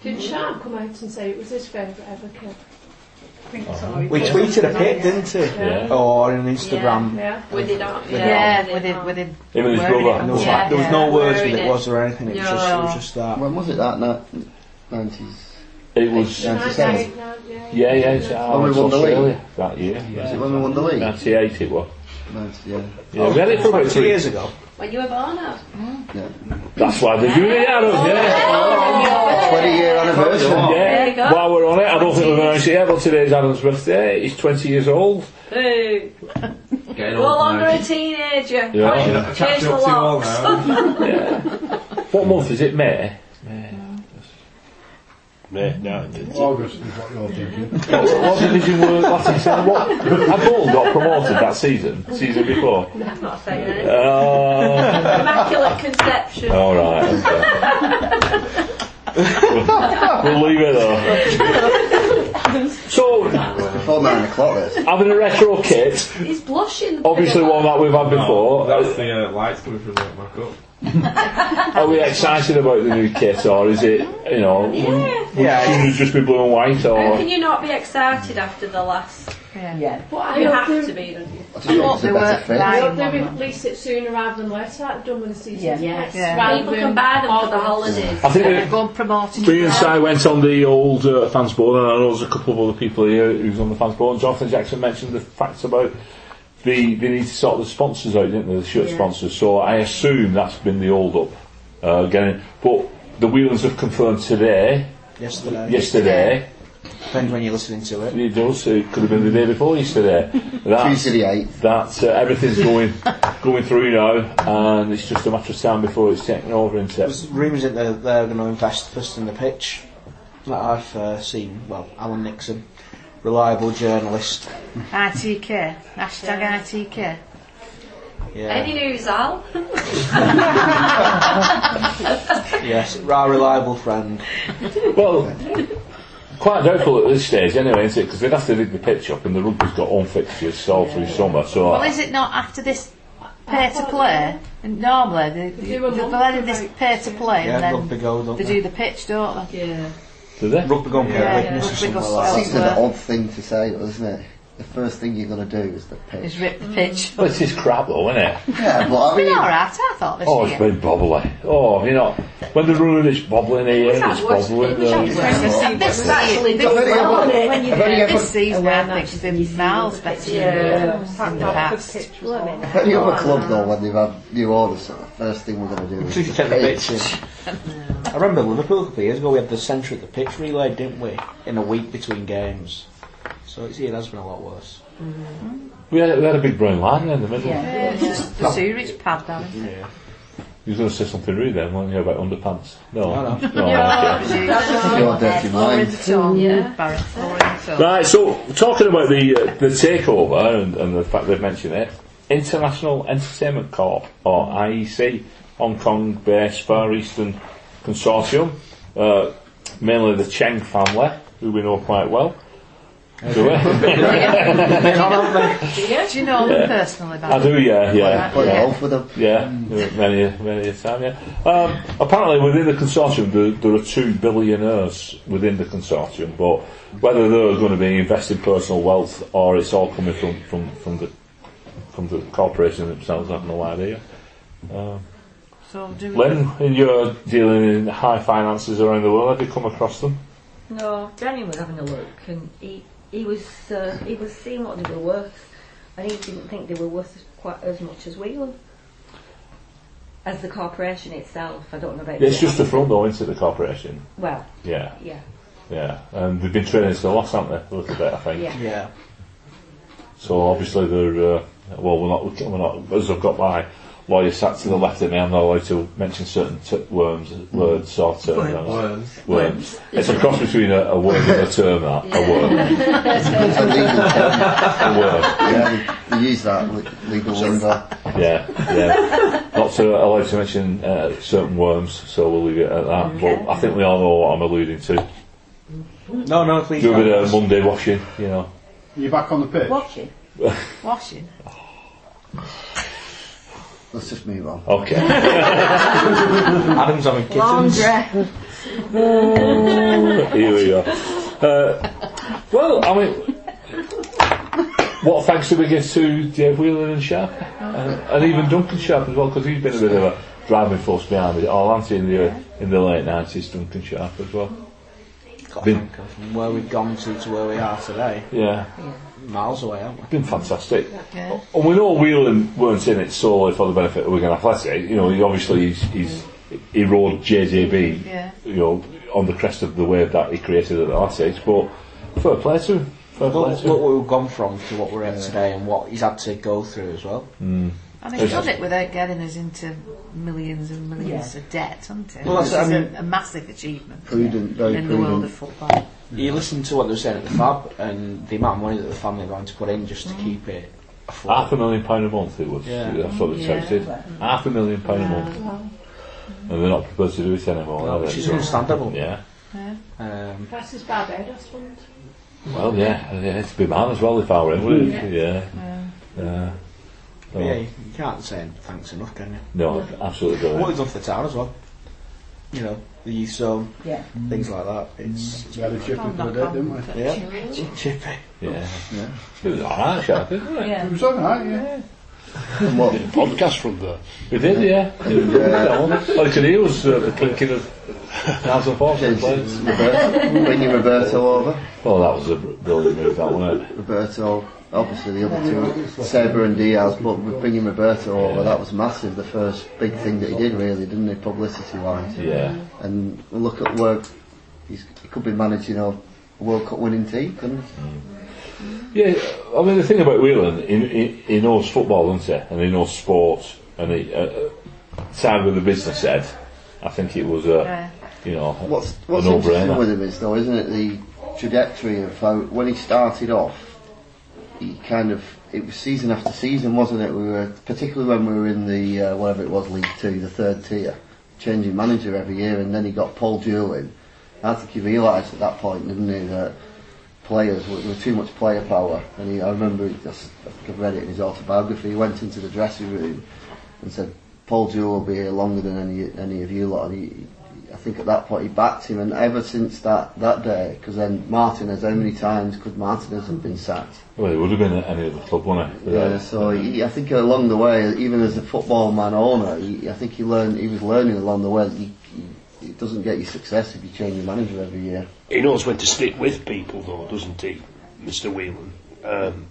J: Did Sharp come out and say it was his favourite ever kid?
G: We tweeted a pic, didn't we?
A: Yeah.
G: Or on Instagram.
J: Yeah.
H: With it on.
G: it
C: Yeah, with it, with it.
A: Him and his
C: wearing
A: brother.
C: it.
G: And there was,
C: Yeah,
G: like, there was
C: yeah.
G: no words with
H: Wearing
G: it,
H: it.
G: was there anything? It was, just, it was
H: No.
G: just that.
E: When was it that? Ni- 90s?
A: It was,
E: Yeah.
A: yeah,
E: 97.
A: yeah, it's, uh,
E: When we won the league.
A: Australia that year.
E: Was it when we won the league?
A: 98 it was.
E: 90, yeah.
A: Yeah, we had it for about
G: Two
A: three
G: years ago.
H: When you were born, Ab.
J: Mm.
A: That's why they're doing it, Adam. Yeah.
E: 20 Oh, year anniversary.
H: There you
A: yeah.
H: go.
A: While we're on it, I don't think we're going to see it, but today's Adam's birthday. He's 20 years old.
H: Hey,
I: Getting
H: no
I: old
H: longer
I: now.
H: a teenager.
A: Yeah.
I: Oh,
H: Right,
A: Yeah.
I: I
H: Change
I: can't
H: the
I: up too old
H: locks.
I: now.
A: What month is it, May?
D: Mate, no, it's-
F: August is what you're thinking.
A: What, what division were last season? What? Had Bull got promoted that season? Season before?
H: I'm not saying anything.
A: Uh,
H: Immaculate conception.
A: Alright, okay. Uh, we'll, we'll leave it there. So,
E: Before 9 o'clock, this.
A: having a retro kit,
H: He's blushing.
A: obviously one that we've had before.
I: That's the uh, lights coming from that back up.
A: Are we excited about the new kit, or is it, you know,
H: Yeah.
A: should it just be blue and white,
H: How can
A: or
H: you not be excited after the last?
M: Yeah.
J: What
H: You
J: I
H: have
J: hope
H: to
J: they-
H: be, don't you?
E: I just thought it was a
C: They
E: better
C: weren't
E: fit.
J: I
C: lying
J: hope
C: on
J: they
C: that.
J: release it sooner rather than later. Like done with the
M: Yeah.
J: season. tickets,
C: Yeah.
J: rather
H: People
J: than
H: can buy them for the
J: August.
H: holidays.
A: I think
C: They're
A: we-
C: going promoting.
A: me and Si went on the old uh, fans board, and I know there's a couple of other people here who's on the fans board. And Jonathan Jackson mentioned the facts about the they need to sort the sponsors out, didn't they? The shirt sponsors. So I assume that's been the old up uh, getting. But the Wheelings have confirmed today,
G: Yesterday.
A: yesterday.
G: Depends when you're listening to it.
A: It does. It could have been the day before yesterday.
E: Tuesday the 8th.
A: that uh, everything's going going through now, and it's just a matter of time before it's taken over. Into
G: There's rumours that they're, they're going to invest first in the pitch. That I've uh, seen, well, Alan Nixon, reliable journalist.
C: ITK. Ah, Hashtag ah, ITK.
G: Yeah.
H: Any news, Al?
G: Yes, our reliable friend.
A: well, quite doubtful at this stage, anyway, isn't it? Because they'd have to dig the pitch up, and the rugby's got home fixtures all through summer. So
C: Well, is it not after this pay to play? And normally they, they,
J: do a
C: they've
J: month,
C: allowed this pay to play
G: Yeah,
C: and
G: rugby
C: then
G: go, don't
C: they
G: they?
C: do the pitch, don't they?
H: Yeah.
A: do they?
G: Rugby go and play
C: Yeah,
G: Widnes or
C: rugby
G: somewhere
C: goes
G: like
C: south.
G: that.
E: Seems an
C: Elsewhere.
E: odd thing to say, though, isn't it? The first thing you're going to do is the
C: Just
E: pitch.
C: rip the pitch.
A: Well, it's just crap, though, isn't it?
E: Yeah, but I
C: It's been
E: mean,
C: alright, I thought this
A: Oh,
C: year.
A: it's been bobbly. Oh, you know, when the ruin is bobbling here, it's uh, bobbling there.
C: This season, this
E: I've only
C: season,
E: ever-
C: when you
E: I've only
C: do it
E: ever-
C: this season, I think it's been miles better than in the past.
E: any
C: Oh,
E: other club, though, when they've had new orders, the first thing we're going to do
G: So you
E: is the
G: take the
E: pitch.
G: pitch in. I remember Liverpool a couple of years ago, we had the centre of the pitch relay, didn't we? In a week between games. So it's, it has been a lot worse.
A: We had, we had a big brown line in the middle. Oh.
M: Yeah.
C: Yeah, it's just the sewerage pad, down.
A: You was going to say something rude then, weren't you, about underpants? No.
B: No, no.
A: no Oh, okay.
C: Yeah.
A: Right, so talking about the uh, the takeover and, and the fact they've mentioned it, International Entertainment Corp or IEC, Hong Kong-based Far Eastern Consortium, uh, mainly the Cheng family, who we know quite well. Do we?
C: Do you know
A: Yeah.
C: them personally? by
A: I
C: the
A: do,
C: way?
A: yeah, yeah.
C: Right, yeah.
A: Yeah, many, a- many a time, yeah. Um, apparently, within the consortium, there, there are two billionaires within the consortium, but whether they're going to be investing personal wealth or it's all coming from, from, from the from the corporation themselves, I have no idea. Um,
C: So do we-
A: Lynn, you're dealing in high finances around the world. Have you come across them?
L: No, Danny was having a look, and he he was uh, he was seeing what they were worth, and he didn't think they were worth quite as much as we were. As the corporation itself, I don't know about.
A: It's
L: the-
A: just the front door into the corporation.
L: Well,
A: Yeah.
L: yeah,
A: Yeah, and they've been training us to the loss, haven't they? A little bit, I think.
L: Yeah. Yeah.
A: So obviously they're uh, well, we're not, we're not. As I've got my lawyer sat to the left of me, I'm not allowed to mention certain t- worms, words or terms.
I: Worms. Worms.
A: Worms. It's a cross between a, a word and a term. That a worm.
E: a legal term.
A: A worm.
E: Yeah, we we use that with legal lingo.
A: Yeah, yeah. Not to allowed to mention uh, certain worms, so we'll leave it at that. But I think we all know what I'm alluding to.
G: No, no, please.
A: Do a
G: don't.
A: bit of Monday washing, you know.
F: You're back on the pitch.
M: Washing.
C: Washing.
E: Let's just move on.
A: Okay.
G: Adam's having kittens.
A: Here we go. Uh, well, I mean, what thanks do we give to Dave Whelan and Sharp? And, and even Duncan Sharp as well, because he's been a bit of a driving force behind Oh, it all, hasn't he, in the, in the late 90s, Duncan Sharp as well.
G: Got to
A: Been,
G: think of from where we've gone to to where we are today.
A: yeah,
G: Miles away, aren't we?
A: been fantastic. And we know Whelan weren't in it solely for the benefit of Wigan Athletic. You know, he obviously he's, he's, he rode JJB,
B: Yeah.
A: you know, on the crest of the wave that he created at the Athletics, but fair play to him. Fair
G: Look,
A: play
G: look
A: to him.
G: where we've gone from to what we're at today and what he's had to go through as well.
A: Mm.
C: And it's done it without getting us into millions and millions
G: Yeah.
C: of debt, hasn't it?
G: Well, that's-
C: Which is
G: I
C: a, a massive achievement
E: Prudent, very
C: in the
E: prudent.
C: world of football.
G: You listen to what they were saying at the fab and the amount of money that the family are going to put in just to keep it affordable.
A: Half a million pound a month it was.
G: Yeah.
A: That's what they
G: Yeah.
A: touted. Half a million pound a month. And they're not prepared to do it anymore.
G: No,
A: are they?
G: which is understandable.
A: Yeah.
J: Yeah.
G: Um,
J: That's as Barbados ones.
A: well, yeah. yeah. It'd be mine as well if I were in, wouldn't it? Yeah.
J: Yeah.
A: Yeah.
G: but yeah, you can't say thanks enough, can you?
A: No, absolutely don't.
G: What he's done for the town as well. You know, the youth zone,
M: Yeah.
G: things like that. It's, it's
F: We Mm. had a chip in for a day, didn't we?
G: Yeah. Chippy.
A: Yeah. It was alright, Sharp, isn't it?
F: It was alright, yeah.
D: Did a podcast from there.
A: We did, yeah. yeah. I could hear us uh, clinking of knives and forks and plates.
E: Roberto, bringing Roberto over.
A: Well, that was a br- brilliant move, that wasn't it?
E: Roberto, obviously the other two, Sabre and Diaz, but with bringing Roberto over, that was massive. The first big thing that he did, really, didn't he, publicity wise?
A: Yeah.
E: And look at work, he's, he could be managing a World Cup winning team, couldn't
A: Mm.
E: he?
A: Yeah, I mean the thing about Whelan, he, he, he knows football, doesn't he? And he knows sport. And he, uh, time with the business head, I think it was a,
E: Yeah.
A: you know,
E: What's, what's
A: a
E: interesting with
A: no-brainer.
E: him is though, isn't it, the trajectory of how when he started off, he kind of it was season after season, wasn't it? We were particularly when we were in the uh, whatever it was, League Two, the third tier, changing manager every year, and then he got Paul Jewell in. I think he realised at that point, didn't he, that players were, were too much player power. And he, I remember, he just, I think I've read it in his autobiography. He went into the dressing room and said, "Paul Jewell will be here longer than any any of you lot." And he, he- I think at that point he backed him, and ever since that that day, because then Martinez, how many times could Martinez have been sacked?
A: Well, it would have been at any other club, wouldn't it?
E: Yeah, so he, I think along the way, even as a football man owner, he, I think he learned he was learning along the way. that You, you, it doesn't get you success if you change your manager every year.
D: He knows when to stick with people, though, doesn't he, Mr. Whelan? Um,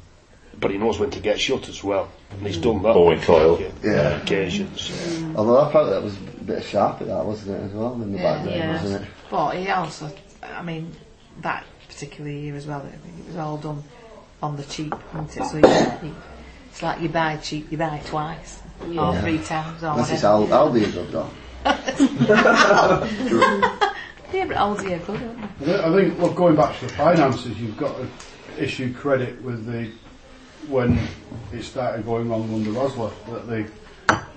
D: but he knows when to get shut as well, and he's done that.
A: Owen Coyle.
D: Yeah,
E: Yeah.
D: occasions.
E: Although I thought that was a bit sharp at that, wasn't it, as well, in the
C: Yeah,
E: background,
C: yeah.
E: wasn't it?
C: But he also, I mean, that particular year as well, I think it was all done on the cheap, wasn't it? So he, he, It's like you buy cheap, you buy twice, or
E: Yeah.
C: three times, or
E: Unless it's
C: whatever.
E: Al- Aldi have done.
C: yeah, but Aldi are good, aren't they?
F: I thi- I think, look, going back to the finances, you've got to issue credit with the when it started going wrong under Rosler that they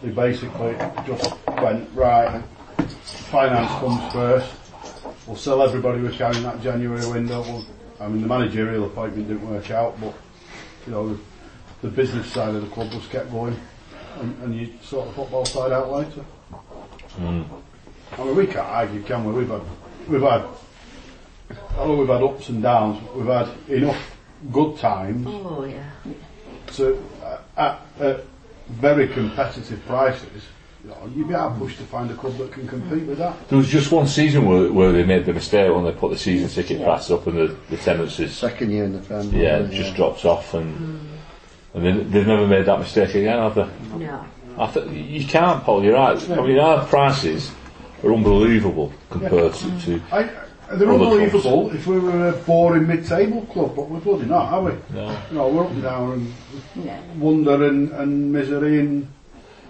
F: they basically just went right. Finance comes first. We'll sell everybody we're carrying that January window. We'll, I mean, the managerial appointment didn't work out, but you know the, the business side of the club was kept going, and, and you sort the football side out later. I mean, we can't argue, can we? We've had, we've had, I know we've had ups and downs. but We've had enough good times
C: Oh, yeah.
F: to uh, at, at very competitive prices. You know, you'd be hard pushed to find a club that can compete with that.
A: There was just one season where, where they made the mistake when they put the season ticket prices up and the, the tenancies
E: Second year in the Premier
A: yeah,
E: League,
A: just
E: yeah.
A: dropped off and and they, they've never made that mistake again, have they?
C: No.
A: I th- you can't, Paul. You're right. I mean, our prices are unbelievable compared to, to
F: I, uh, they're
A: Other
F: unbelievable if we were a boring mid-table club, but we're bloody not, are we?
A: No.
F: You know, we're up and down
M: Yeah.
F: and wonder and, and misery and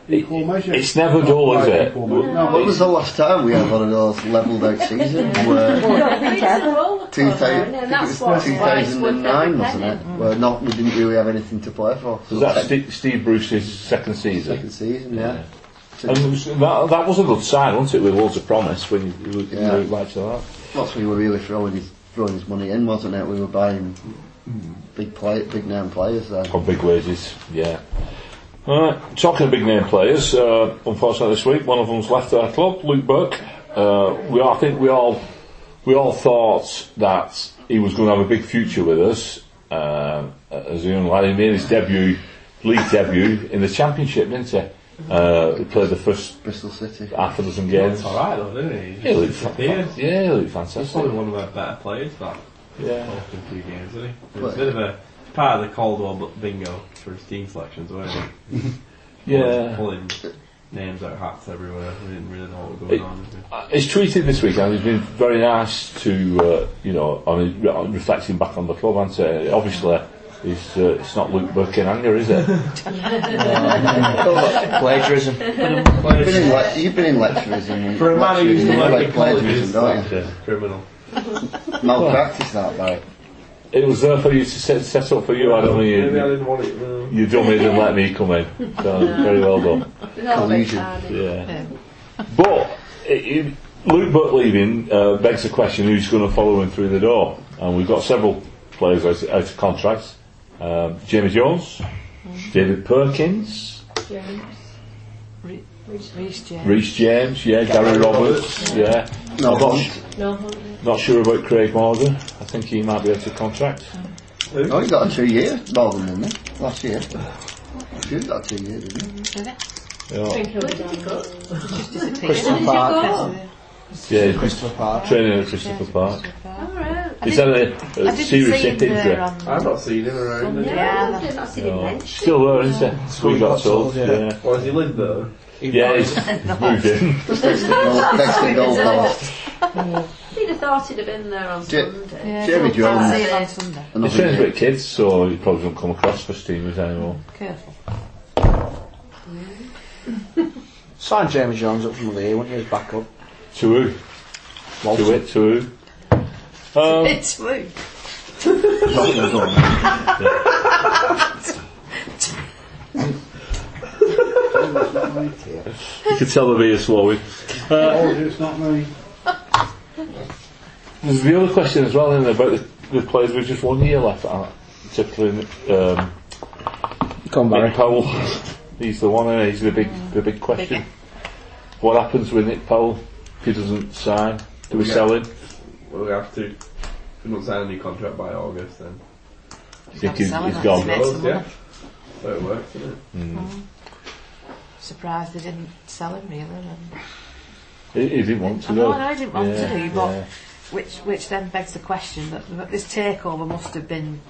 F: equal measure.
A: it's never dull, is
F: Quite
A: it?
F: equal measure.
E: When was the last time we had one of those levelled out seasons? Where
J: I think it's a roller
E: uh, two
J: coaster,
E: thousand,
J: and that's what why it's worth
E: 2009,
J: every
E: wasn't it?
J: penny.
E: Where not, we didn't really have anything to play for.
A: was that Steve, Steve Bruce's second season?
E: second season, yeah.
A: And it was- that, that was a good sign, wasn't it? With loads of promise when you, you look
E: Yeah.
A: you look back to that.
E: That's what we were really throwing his throwing his money in, wasn't it? We were buying big play, big name players then.
A: On big wages, yeah. Alright, talking of big name players, uh, unfortunately this week one of them's left our club, Luke Burke. Uh, we, all- I think we all we all thought that he was going to have a big future with us um, as a young lad. He made his debut, league debut in the championship, didn't he? Uh, he played the first
E: Bristol City.
A: half a dozen games.
I: It's alright though, didn't he? He
A: Yeah, he looked
I: just
A: fa-
I: disappeared.
A: yeah, he looked
I: He's
A: fantastic.
I: probably one of our better players that
A: Yeah.
I: open few games, isn't he? It was a
E: But-
I: bit of a part of the Caldwell bingo for his team selections, wasn't it?
A: Yeah.
I: Pulling names out of hats everywhere. We didn't really know what was
A: It-
I: going on. did we?
A: Uh, He's tweeted this week and he's been very nice to, uh, you know, I mean, re- on reflecting back on the club and say, obviously, it's, uh, it's not Luke Burke in anger, is it?
G: Plagiarism.
E: You've been in, le- you've been in lecturism.
I: For a man who used to
E: lecturing,
I: work
E: like
I: in
E: plagiarism,
I: colleges,
E: don't
I: that's
E: you?
I: a criminal.
E: Malpractice that, mate.
A: It was there for you to set, set up for you, I don't know,
I: Maybe I
A: you,
I: didn't want it. No.
A: you dummy didn't let me come in. So, very well done.
H: It's all a bit
E: Collusion.
H: tiny.
A: Yeah.
C: um,
A: But, it, it, Luke Burke leaving uh, begs the question who's going to follow him through the door? And we've got several players out, out of contract. Um, Jamie Jones,
C: Mm-hmm.
A: David Perkins,
C: Re- Reece James.
A: Reece James, yeah, Gary Roberts, yeah.
E: No,
A: I'm not,
E: Hunt.
A: su-
J: No, hungry.
A: not sure about Craig Morgan. I think he might be out of contract.
C: Mm-hmm.
E: Oh, he got a two year more than didn't he? Last year. He got a two year, didn't he?
A: Yeah,
J: Think he'll be done.
G: Christopher Park.
A: yeah he's
G: Christopher Park.
A: training at Christopher Park.
C: I
A: He's had a, a
C: didn't
A: serious
C: see him
A: hip injury.
C: there on Oh,
I: I've not seen him around.
C: Yeah.
I: Yeah.
C: Yeah.
L: I've not seen him
A: No.
L: mentioned.
A: Oh, Still there, isn't he?
G: Still
A: We got
G: got
A: sold,
G: sold, yeah.
A: yeah.
I: Or has he lived there?
A: Yeah, he's he's moved in.
E: Well, next to goal ball.
H: He'd have thought he'd have been there on
E: Ja-
H: Sunday.
C: Yeah,
E: Jamie
C: so I'll
E: Jones.
C: See him on Sunday.
A: He
E: Another
A: trains
E: year.
A: with kids, so he probably doesn't come across first teamers anymore.
C: Careful.
G: Signed Jamie Jones up from there when he was back up.
A: To who? To
G: Walton.
A: it, to who? Um,
C: It's Luke.
A: you can tell the beer's flowing.
F: Oh,
A: Uh,
F: it's not me.
A: There's the other question as well, isn't there, about the, the players with just one year left, uh, particularly um,
G: Come
A: Nick
G: Barry.
A: Powell. He's the one, and he's the big,
C: Mm.
A: the big question. What happens with Nick Powell if he doesn't sign? Do we
I: Yeah.
A: sell him?
I: Well, we have to. If we don't sign a new contract by August, then
A: I
C: He's
A: think
C: not
A: he's,
C: selling
A: he's
C: that,
A: gone.
C: Makes
I: Well,
C: them
I: yeah.
C: money.
I: So it works, isn't it?
A: Hmm.
C: Mm. Surprised they didn't sell him really. And
A: He, he didn't want to
C: I
A: do
C: know,
A: it.
C: Oh, I know he didn't want
A: Yeah,
C: to do, but
A: yeah.
C: which which then begs the question that that this takeover must have been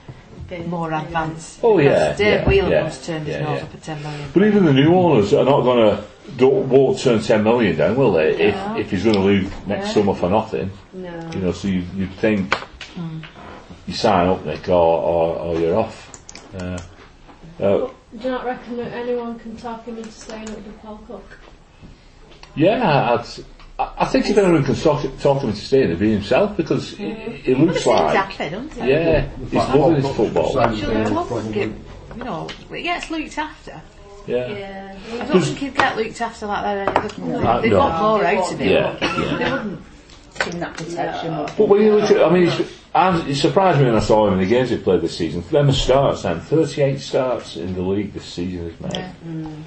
C: more advanced.
A: Oh,
C: because
A: yeah,
C: Dave
A: yeah,
C: Whelan
A: yeah,
C: must turned
A: yeah,
C: his nose
A: yeah.
C: up at ten million.
A: But even the new owners are not going to won't turn ten million down, will they?
C: No.
A: If if he's going to leave next
C: No.
A: summer for nothing,
H: No.
A: you know. So you you think you sign up, Nick, or or, or you're off. Uh, uh,
J: Do you not reckon that anyone can talk him into staying up with Paul Cook?
A: Yeah, I'd, s- I I think if anyone can talk, talk him into staying, it'd be himself because it, it it looks like.
C: Mm-hmm. Exactly, doesn't it?
A: Yeah, he's loving his football.
C: Sure, I wasn't get- you know, it gets looked after.
A: Yeah.
C: I don't think he'd get looked after like that any other company.
A: No.
C: They'd
A: Uh, No.
C: want more out of it.
A: Yeah,
C: They wouldn't.
M: In that protection.
A: But when you look at, I mean, it's, and it surprised me when I saw him in the games he played this season. Them starts, then 38 starts in the league this season has made.
B: Mm,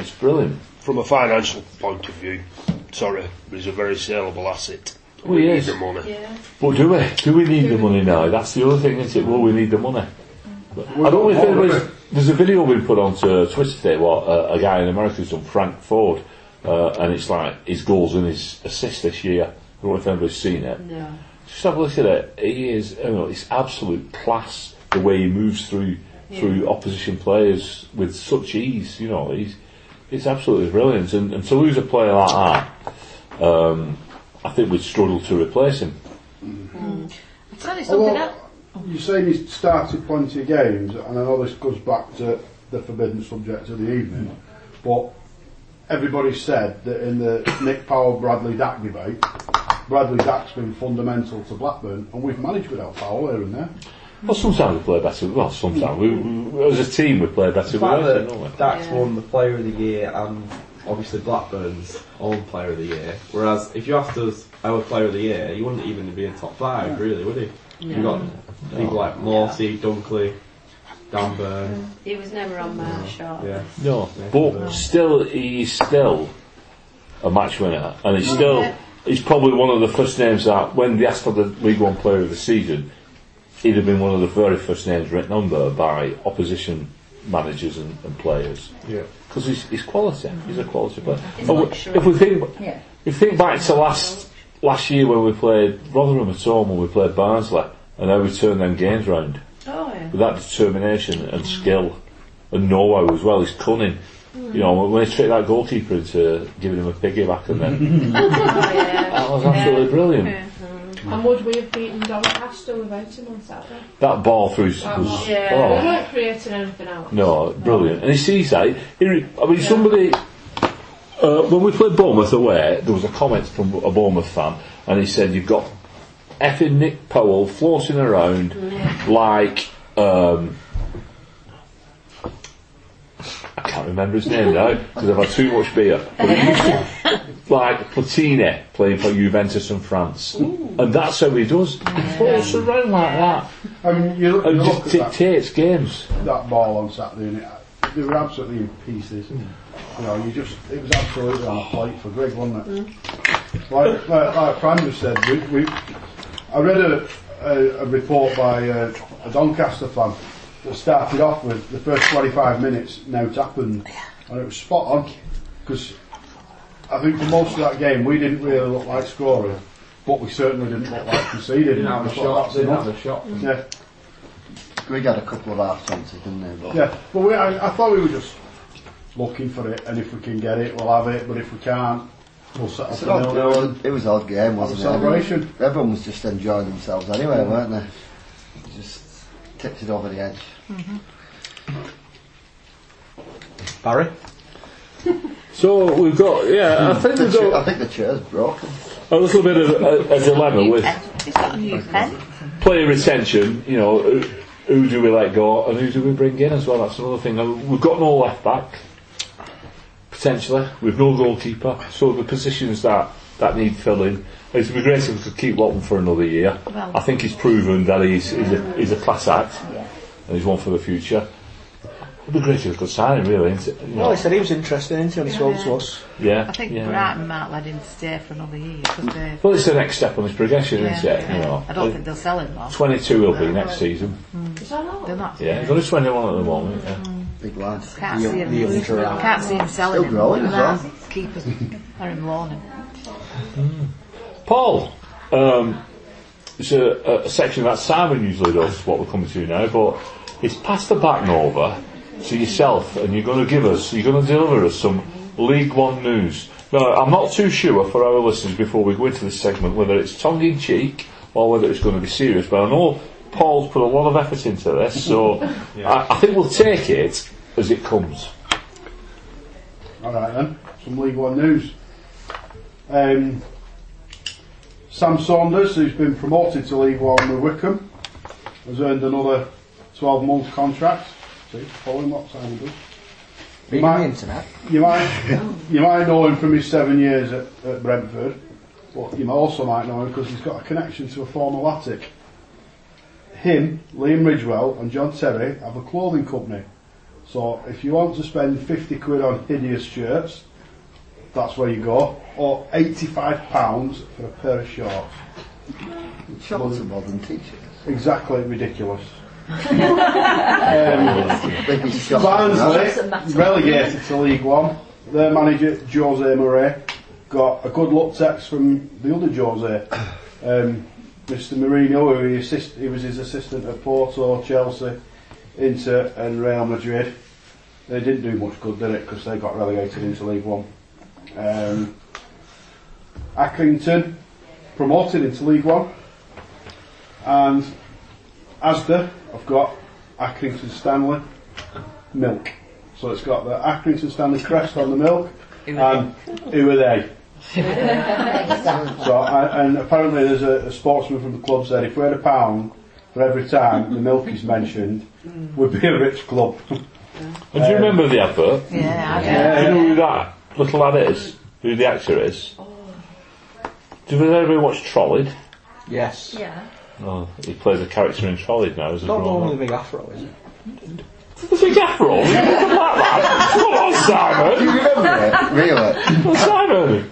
A: It's brilliant.
D: From a financial point of view, sorry, but he's a very saleable asset.
A: Oh,
D: we
A: he
D: need
A: is.
D: the money.
A: But do we? Do we need the money now? That's the other thing, isn't it? Well, we need the money. But I don't know if anybody's. There's a video we put onto Twitter today. What uh, a guy in America's done, Frank Ford, uh, and it's like his goals and his assists this year. I don't know if anybody's seen it.
B: No.
A: Just have a look at it. He is, you know, it's absolute class the way he moves through
B: Yeah.
A: through opposition players with such ease. You know, he's it's absolutely brilliant. And, and to lose a player like that, um, I think we'd struggle to replace him.
C: I'll Mm. tell you something
F: Although,
C: else.
F: you're saying you started plenty of games, and I know this goes back to the forbidden subject of the evening, but everybody said that in the Nick Powell Bradley Dack debate, Bradley Dack's been fundamental to Blackburn, and we've managed without Powell here and there.
A: Well, sometimes we play better. Well, sometimes we, we as a team we play better.
I: The
A: with
I: fact
A: Everton,
I: that
A: don't we?
I: Dax won the Player of the Year and obviously Blackburn's own Player of the Year. Whereas if you asked us our Player of the Year, you wouldn't even be in top five, really, would you? You've got
A: No.
I: people like Morty, Dunkley, Dan Burn.
H: He was never on my shot.
I: Yeah.
A: No, but still, he's still a match winner, and he's still he's probably one of the first names that when they asked for the League One Player of the Season, he'd have been one of the very first names written on there by opposition managers and, and players.
I: Yeah.
A: because he's, he's quality. He's a quality player.
B: It's
A: And we-
B: luxury.
A: Oh, if we think
B: Yeah.
A: if we think back to last last year when we played Rotherham at home when we played Barnsley, and how we turned them games round
B: Oh, yeah.
A: with that determination and skill and know-how as well. He's cunning. You know, when he tricked that goalkeeper into giving him a piggyback and then
B: Oh,
A: that was absolutely brilliant.
B: Mm-hmm.
J: And would we have beaten Doncaster without him on Saturday?
A: That ball through was was-
J: We
A: oh,
J: weren't creating anything else.
A: no, brilliant. And he sees that. He, re- I mean, somebody uh, when we played Bournemouth away, there was a comment from a Bournemouth fan, and he said, "You've got effing Nick Powell floating around like." Um, I can't remember his name now because I've had too much beer. But he used to- like Platini playing for Juventus in France, and that's how he does. He floats around like that.
F: I mean, you look,
A: and
F: you
A: just
F: look at that,
A: dictates games.
F: that ball on Saturday, and it, they were absolutely in pieces.
I: Mm.
F: You know, you just, it was absolutely on a plate for Greg, wasn't it? Like, like, like Fran just said, we, we, I read a, a, a report by a, a Doncaster fan that started off with the first 25 minutes, now happened, and it was spot on because I think for most of that game we didn't really look like scoring, but we certainly didn't look like conceding.
I: Didn't have a
F: I thought
I: shot,
F: that's
I: didn't
F: enough.
I: have a shot.
F: Yeah,
E: Greg had a couple of half chances, didn't he? But
F: yeah. But we, I, I thought we were just looking for it, and if we can get it, we'll have it. But if we can't, we'll set up
E: It's an odd, it,
F: another.
E: was, it was an odd game, wasn't it?
F: celebration.
E: Everyone was just enjoying themselves anyway,
F: Mm.
E: weren't they? Just tipped it over the edge.
A: Barry. So we've got yeah. Uh, I think
E: Hmm. the
A: we've got
E: chair- I think the chair's broken.
A: a little bit of a, a dilemma with
C: He's got a new pen.
A: player retention. You know, who, who do we let go and who do we bring in as well? That's another thing. Now, We've got no left back potentially. We've no goalkeeper, so the positions that that need filling. It'd be great if we could keep Lawton for another year.
B: Well-
A: I think he's proven that he's he's a, he's a class act and he's one for the future. It'd be great if we could sign him, really. isn't it? You know,
G: Well, he said he was interested, isn't he, when he spoke to us.
A: yeah,
C: I think
A: yeah.
C: Brighton might let him stay for another year because they.
A: Well, it's the next step on his progression,
C: Yeah,
A: isn't it? You
C: yeah.
A: know,
C: I don't think they'll sell him though.
A: 22 will be next season.
C: They're not.
A: Yeah, he's only 21 at the moment. Yeah.
E: Big lad.
C: Can't see him. Can't see him selling
E: Still
C: him.
E: growing as
C: Nah,
E: well.
C: Keepers are him loaning.
A: Paul, um, it's a, a section that Simon usually does, what we're coming to now, but it's passed the baton over to yourself, and you're going to give us, you're going to deliver us some League One news. Now, I'm not too sure for our listeners before we go into this segment whether it's tongue in cheek or whether it's going to be serious, but I know Paul's put a lot of effort into this, so I, I think we'll take it as it comes.
F: All right then, some League One news. Um, Sam Saunders, who's been promoted to League One with Wickham, has earned another 12 month contract. See, following what Simon does.
G: Read my internet.
F: You might, you might know him from his seven years at, at Brentford, but you might also might know him because he's got a connection to a former Latic. Him, Liam Ridgewell, and John Terry have a clothing company. So if you want to spend 50 quid on hideous shirts, that's where you go, or 85 pounds for a pair of shorts.
E: Shorts are modern t-shirts.
F: Exactly ridiculous. Um,
E: Biggest shop.
F: Barnsley relegated to League One. Their manager Jose Murray got a good look text from the other Jose, um, Mr. Mourinho, who he, assist, he was his assistant at Porto, Chelsea, Inter, and Real Madrid. They didn't do much good, did it? Because they got relegated into League One. Um, Accrington promoted into League One, and Asda I've got Accrington Stanley milk. So it's got the Accrington Stanley crest on the milk, and who are they? so I, and apparently there's a, a sportsman from the club said if we had a pound for every time the milk is mentioned, we'd be a rich club.
A: And
G: Um,
A: do you remember the advert?
C: Yeah, I do.
A: Do you know who that little lad is? Who the actor is?
G: Oh.
A: Do you remember anybody watch Trolled?
G: Yes.
L: Yeah.
A: Oh, he plays a character in Trolled now as a
G: Not the one
A: grown
G: with
A: up.
G: the big afro, is it?
A: There's a big afro. Look at that lad. Come on,
E: Do you
A: Simon.
E: remember it? Really?
A: Come on, Simon.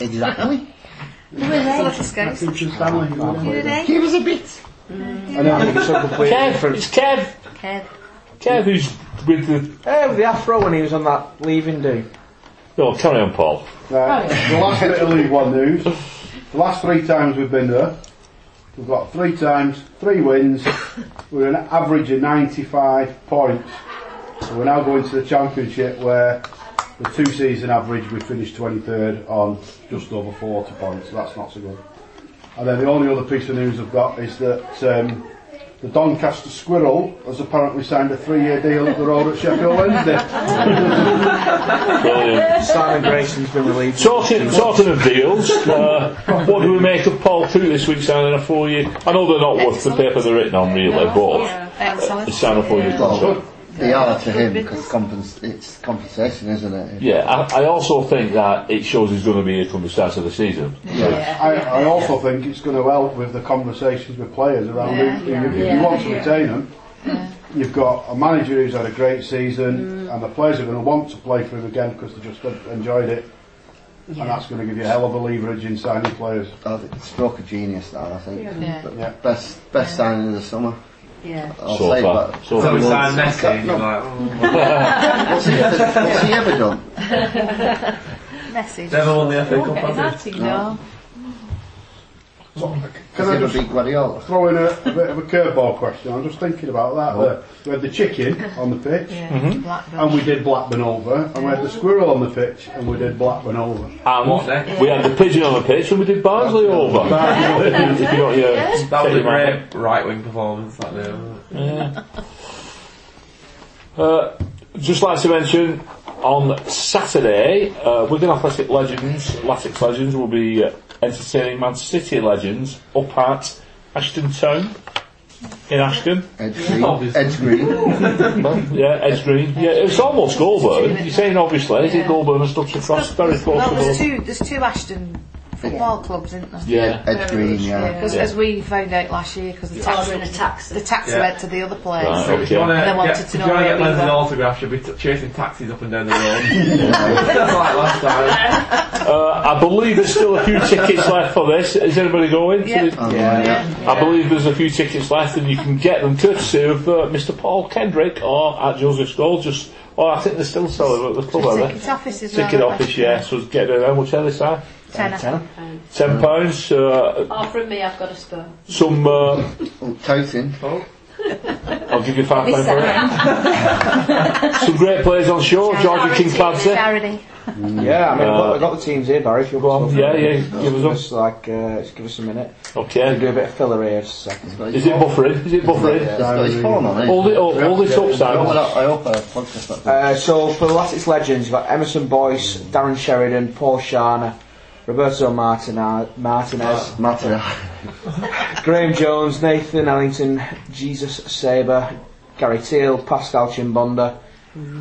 E: Exactly.
C: It's a little scary.
F: Accrington Stanley. who are they?
E: Give us a bit.
B: Mm.
F: And then
G: It's a complete
A: Kev.
G: different-
A: It's Kev.
C: Kev.
A: Kev who's with the...
G: Eh, with the afro when he was on that leaving do.
A: No, Oh, carry on, Paul.
F: Right, the last bit of League One news. The last three times we've been there, we've got three times, three wins. We're an average of 95 points. So we're now going to the Championship where the two season average we finished 23rd on just over 40 points. So that's not so good. And then the only other piece of news I've got is that um, the Doncaster Squirrel has apparently signed a three year deal at the road at Sheffield Wednesday.
A: Brilliant.
G: Simon Grayson's been relieved.
A: Talking, talking of deals, uh, what do we make of Paul Cook this week signing a four-year? I know they're not worth the paper they're written on, really, but Uh,
C: Excellent.
A: they sign a four-year contract.
E: Well, they are to him because compens- it's compensation, isn't it?
A: Yeah, I, I also think that it shows he's going to be here from the start of the season.
F: I, I also think it's going to help with the conversations with players around
C: Yeah,
F: who,
C: yeah.
F: if you want to retain them. You've got a manager who's had a great season,
C: Mm.
F: and the players are going to want to play for him again because they just en- enjoyed it, and that's going to give you a hell of a leverage in signing players.
E: Oh, the stroke of genius, that I think.
C: Yeah.
E: But
F: Yeah.
E: Best best signing of the summer.
C: Yeah.
E: I'll
A: So
E: say
A: far.
E: that.
A: So
I: So
A: far.
I: we signed
E: What's-
I: Messi, and you're
E: no,
I: like, oh,
E: What's he ever what's he ever done?
C: Message.
I: never won the FA Cup,
J: Okay,
I: have
J: that's easy.
C: No.
E: Has
F: Can
E: he
F: I
E: ever
F: just
E: beat Guardiola?
F: throw in a, a bit of a curveball question? I'm just thinking about that.
E: Oh.
F: there. We had the chicken on the pitch,
C: Yeah. Blackburn.
F: and we did Blackburn over, and we had the squirrel on the pitch, and we did Blackburn over.
A: And we had the pigeon on the pitch and we did Barnsley over. if you got your
I: you? That was a
A: take your
I: great right wing performance that day. wasn't it?
A: Uh, just like to mention, on Saturday, uh, Wigan Athletic Legends, Latics Legends, will be uh, entertaining Man City Legends up at Ashton Town in Ashton.
E: Edge Green.
I: obviously.
E: Edge Green.
A: yeah, Edge Green. Yeah, it's almost Goulburn. You're saying obviously, is it Goulburn and Stubbs across? Very close
C: Well,
A: to
C: there's
A: Goulburn.
C: two, there's two Ashton football clubs, isn't there?
A: Yeah.
E: Edge Green, yeah.
C: Because as we found out last year, because the tax,
J: Ordering a taxi.
C: the tax
I: Yeah.
C: went to the other place.
A: Right,
I: If
A: okay.
I: you wanna
C: And I wanted
I: get-
C: to
I: if
C: know
I: you want to
C: where
I: get
C: we
I: Len's an
C: were.
I: autograph, you'll be t- chasing taxis up and down the road. That's like last time.
A: Uh, I believe there's still a few tickets left for this. Is anybody going?
C: Yeah.
A: To the-
E: Oh, yeah.
A: I believe there's a few tickets left, and you can get them courtesy of uh, Mr. Paul Kendrick or at Joseph's Gold. Just, or I think they're still selling them at the club, are
C: Ticket
A: they?
C: office is
A: Ticket office, yeah. So get them. How much are they, sir?
C: Tenner.
H: Um,
A: Ten pounds. Uh,
J: Oh, from me, I've got a spur.
A: some uh,
E: Oh, Touting.
A: I'll give you five pounds for it. Some
N: Some
A: great players on shore, Georgie King Clancy.
C: Charity.
G: Yeah, I mean, I've, got,
A: Uh,
G: I've got the teams here, Barry. If you
A: Go
G: want
A: on,
G: to
A: yeah, yeah, give us up.
G: Just like, uh, just give us a minute. I'll
A: Okay.
G: do a bit of filler here, just a second.
A: Is it buffering? Is it buffering?
E: It's fallen on it.
A: Hold it up, hold it up,
E: I hope-
A: Simon.
E: I hope our podcast not
G: Uh, so for the Latics legends, you've got Emerson Boyce, Darren Sheridan, Paul Sharner, Roberto Martina- Martinez,
E: matter.
G: Graham Jones, Nathan Ellington, Jesus Sabre, Gary Teal, Pascal Chimbonda,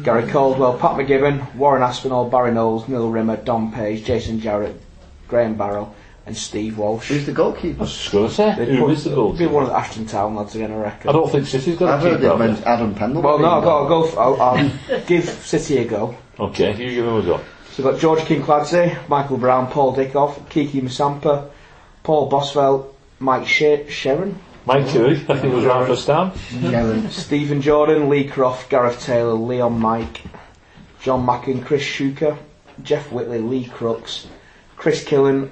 G: Gary Caldwell, Pat McGibbon, Warren Aspinall, Barry Knowles, Neil Rimmer, Don Page, Jason Jarrett, Graham Barrow, and Steve Walsh.
E: Who's the goalkeeper?
A: Just gonna say, who is the goal?
G: Be one of the Ashton Town lads again, I reckon.
A: I don't think City's
E: I've
A: gonna
E: heard
A: keep
E: they
A: that.
E: meant Adam Pendle.
G: well, no, I've got to go. For, I'll, I'll Oh, um, give City a go.
A: Okay, you give him a go.
G: So we've got George King Clancy, Michael Brown, Paul Dickoff, Kiki Masampa, Paul Boswell, Mike She- Sheeran,
A: Mike Curry, I think was right first time.
E: Kevin.
G: Stephen Jordan, Lee Croft, Gareth Taylor, Leon Mike, John Mackin, Chris Shuker, Jeff Whitley, Lee Crooks, Chris Killen,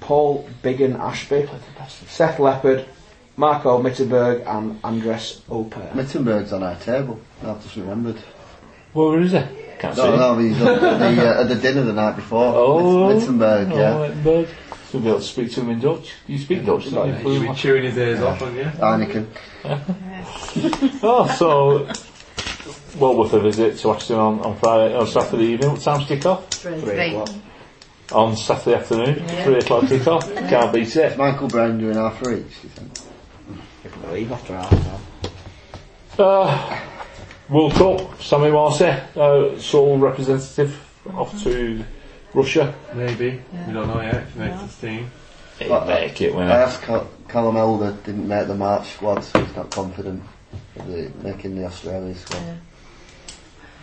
G: Paul Biggin Ashby, Seth Leopard, Marco Mitterberg, and Andres Oper.
E: Mittenberg's on our table. I've just remembered.
A: Where is he? Can't see.
E: No,
A: him.
E: no, he's on at the, uh, at the dinner the night before.
A: Oh,
E: Mit- Mittenberg,
A: oh,
E: yeah.
A: Wittenberg. Should be able to speak to him in Dutch. You speak Dutch, don't
I: You'll
A: you?
I: be chewing his ears off, on you?
E: Heineken.
A: Oh, so well worth a visit to Ashton on, on Friday or Saturday evening. What time's kick off?
C: Three.
A: On Saturday afternoon, three o'clock kick off. Can't beat it.
E: Michael Brown doing half for each, you think?
G: Leave after half an hour.
A: Uh, World Cup, Sammy Marse, uh, sole representative off to Russia.
I: Maybe. We don't know yet. If he makes this team.
A: He'll make it,
E: I
A: winner.
E: asked Cal- Callum Elder didn't make the March squad, so he's not confident of the, making the Australia squad.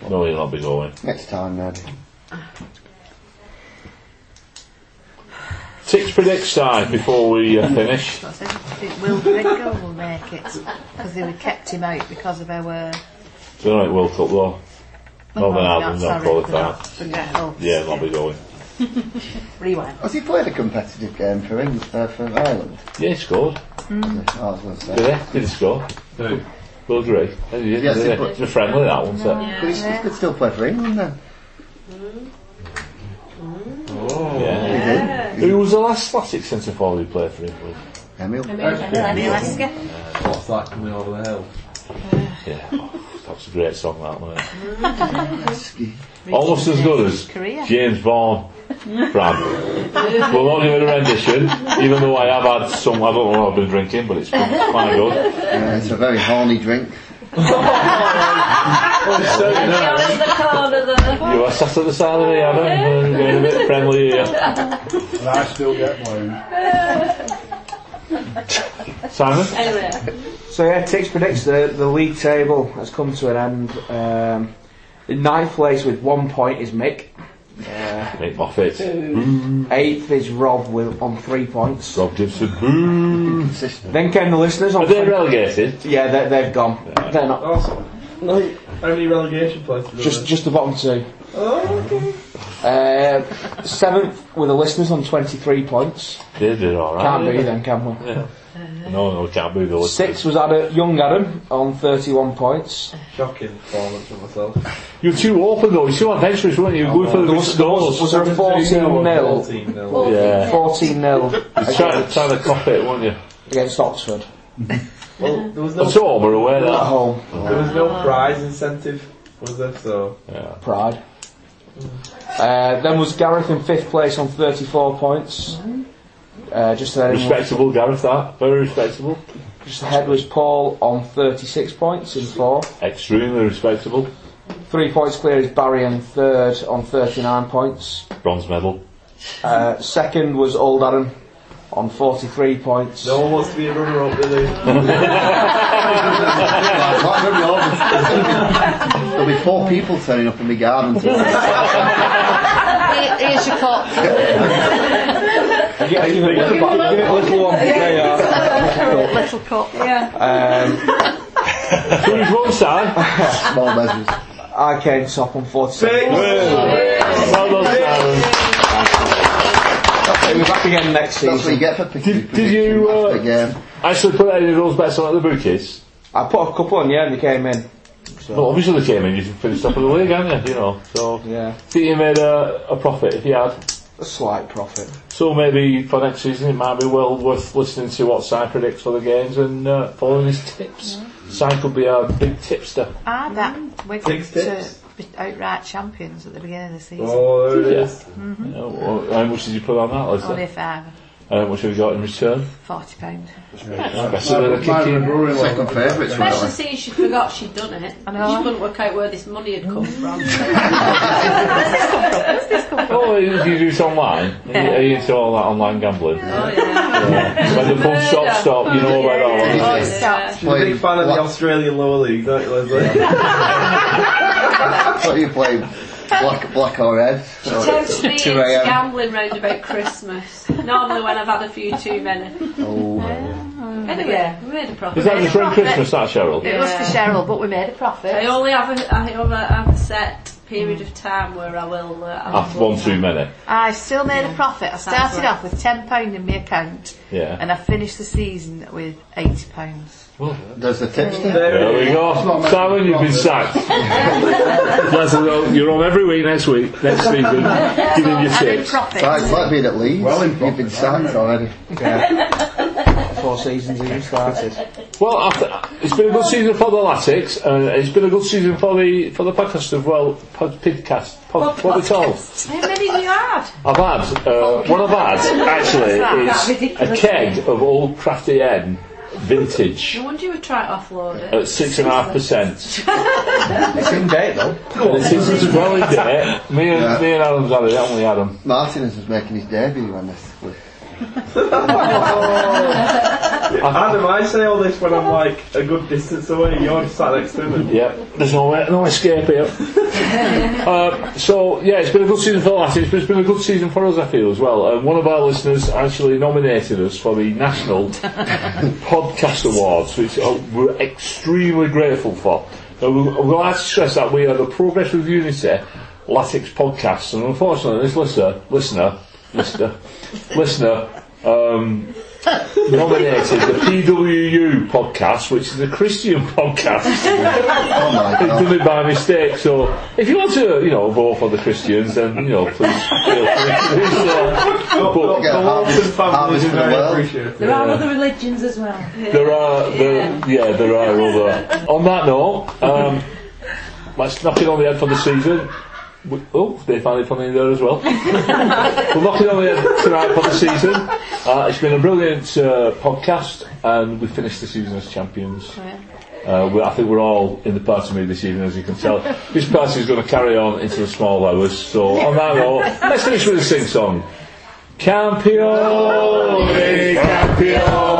A: No, he'll not be going.
E: Next time, then.
A: Six predicts side before we uh, finish.
C: That's it. I think Will Gregor will make it because they kept him out because of our.
A: Don't know, World Cup though. Northern Ireland not qualified.
C: qualified.
A: Yeah, not be going.
C: Rewind.
E: Has he played a competitive game for England, uh, for Ireland? Oh,
A: Yeah, he scored.
E: I was going to say.
A: Did he? Did he score?
I: Who?
A: Will Drake. Did he?
E: Yes, he
A: Did he?
E: put-
A: It's a friendly that one, so.
E: But he, he could still play for England then.
A: Oh. Yeah.
E: He did.
A: Who was the last classic centre forward who played for England?
E: Emil.
I: What's that coming over the hill?
A: Yeah, oh, that's a great song, that wasn't it? Almost as good as
C: Korea.
A: James Vaughan. Brad. we'll not give it a rendition, even though I have had some. I don't know what I've been drinking, but it's been quite good.
E: Yeah, it's a very horny drink.
A: You are sat at the side of me, Adam. uh, Getting a bit friendly here.
F: And I still get mine.
A: Simon?
G: So yeah, Tix predicts the, the league table has come to an end. Um, in ninth place with one point is Mick. Uh,
A: Mick Moffat.
G: eighth is Rob with on three points.
A: Rob Gibson. Boo.
E: Sister.
G: Then came the listeners on.
A: Are they
G: twen-
A: relegated?
G: yeah, they're, they've gone. They're not.
I: Awesome. No, how many relegation Oh, places are
G: Just
I: there?
G: just the bottom two. okay. Uh, seventh with the listeners on twenty three points.
A: They did alright.
G: Can't be then, can we?
A: No, no, can't be those.
G: Six was Adam, young Adam on thirty one points.
I: Shocking performance from myself.
A: You're too open though. You're too adventurous, weren't you? Going for the
G: was- there was-
A: goals.
G: was there a fourteen 0
I: 14 nil.
A: Yeah.
G: Fourteen 0
A: You're trying, trying to cop it, weren't you?
G: against Oxford
I: Well, there was no,
A: I'm sure we're aware of
G: at
A: that.
G: home.
I: there was no prize incentive, was there? So,
G: Pride. Uh, then was Gareth in fifth place on 34 points. Uh, just, ahead of him,
A: Respectable, Gareth, that. Very respectable.
G: just ahead was Paul on 36 points in fourth.
A: Extremely respectable.
G: Three points clear is Barry in third on 39 points.
A: Bronze medal.
G: Uh, second was Old Adam on 43 points.
I: no one wants to be a runner up, really.
E: Not very obvious. There'll be four people turning up in my garden tonight.
C: Here- Here's your cup.
G: Give it a little, give it a little one. There you are.
C: Little cup. Yeah.
G: Um,
A: Who was wrong, Sam?
E: Small measures.
G: I came top on 47.
A: Well done, Simon.
G: It was happy again next season.
E: That's what you get for picking
A: Did- did you,
E: prediction
A: uh,
E: after game.
A: Actually, put any of those bets on at the bookies.
G: I put a couple on, yeah, and they came in.
A: Well, obviously they came in. You finished top of the league, haven't you? You know, so
G: Yeah,
A: think you made a, a profit if you had.
G: a slight profit.
A: So maybe for next season, it might be well worth listening to what Si predicts for the games and uh, following his tips. Si could be our big tipster.
C: Ah, that we're going
I: Six
C: to
I: tips.
C: be outright champions at the beginning of the season. Mm-hmm.
I: Oh, there it is.
A: You know, wha- how much did you put on that list?
C: Only
A: then?
C: if I have
A: How much have you got in return?
C: forty pound.
A: Better than a kick in.
E: Second favourites,
H: Especially
E: really.
H: since she forgot she'd done it.
C: I know.
H: She couldn't work out where this money had come from.
A: Oh, you you do it online. Are you, are you into all that online gambling?
H: Oh, yeah.
A: When the fun shop stop, you know about all that.
E: Yeah.
H: Oh, yeah.
I: She's a big fan of the Australian lower league, don't you, Leslie?
E: What are you playing? Black, black or red?
H: Totally into
E: 2 a.m.
H: gambling round about Christmas. Normally when I've had a few too many.
E: Oh,
H: Anyway,
C: Mm, Yeah.
H: we made a profit.
A: Is that
H: Made a
A: just around
H: profit.
A: Christmas, that Cheryl?
C: It was for Cheryl, but we made a
H: I
C: profit.
H: only have a, I only have a set period of time where I will. Uh, have
A: After one too many.
C: I still made a profit. I started
H: right.
C: off with ten pound in my account,
A: Yeah.
C: and I finished the season with eighty pounds.
E: there's the tipster.
A: There we go. Simon, you've been sacked. Leslie, though, you're on every week next week, next season, giving your
C: And in
A: tips.
C: profit.
E: Right, might be at Leeds.
F: Well in
E: You've been sacked already.
G: Four seasons even started.
A: Well, I th- it's been a good season for the Latics, and it's been a good season for the for the podcast as well. Pod, podcast, pod, what we call?
C: How many do you have?
A: I've had uh, what I've had actually is a keg of old crafty end vintage
H: No wonder you were trying to offload it.
A: at six and a half percent. Uh,
G: It's in date though.
A: And It's it's well in date. Me and me and Adam's had it, haven't we, Adam?
E: Martinez was making his debut when this was. Oh.
I: Adam, I say all this when I'm like a good distance away, you're just sat next to him. And
A: Yeah, there's no way, no escape here. uh, so yeah, it's been a good season for the Latics, but it's been a good season for us, I feel as well. And one of our listeners actually nominated us for the National Podcast Awards, which uh, we're extremely grateful for. And we- we'll have to stress that we are the Progress with Unity Latics podcast, and unfortunately, this listener, listener, listener, listener. Um, nominated the PWU podcast, which is a Christian podcast.
E: Oh my
J: uh,
A: They've
E: god.
A: done it by mistake. So if you want to, you know, vote for the Christians, then you know, please feel free to do so. But
E: Yeah, harvest, harvest for the world.
I: appreciative.
M: There are other religions as well.
A: there are, there, yeah, there are other. On that note, um, let's knock it on the head for the season. We, oh, they found it funny in there as well. We're knocking on the head tonight for the season. Uh, it's been a brilliant uh, podcast, and we finished the season as champions. Uh, we, I think we're all in the party mood this evening, as you can tell. this party is going to carry on into the small hours. So on that note, let's finish with a sing song. Campione, campione.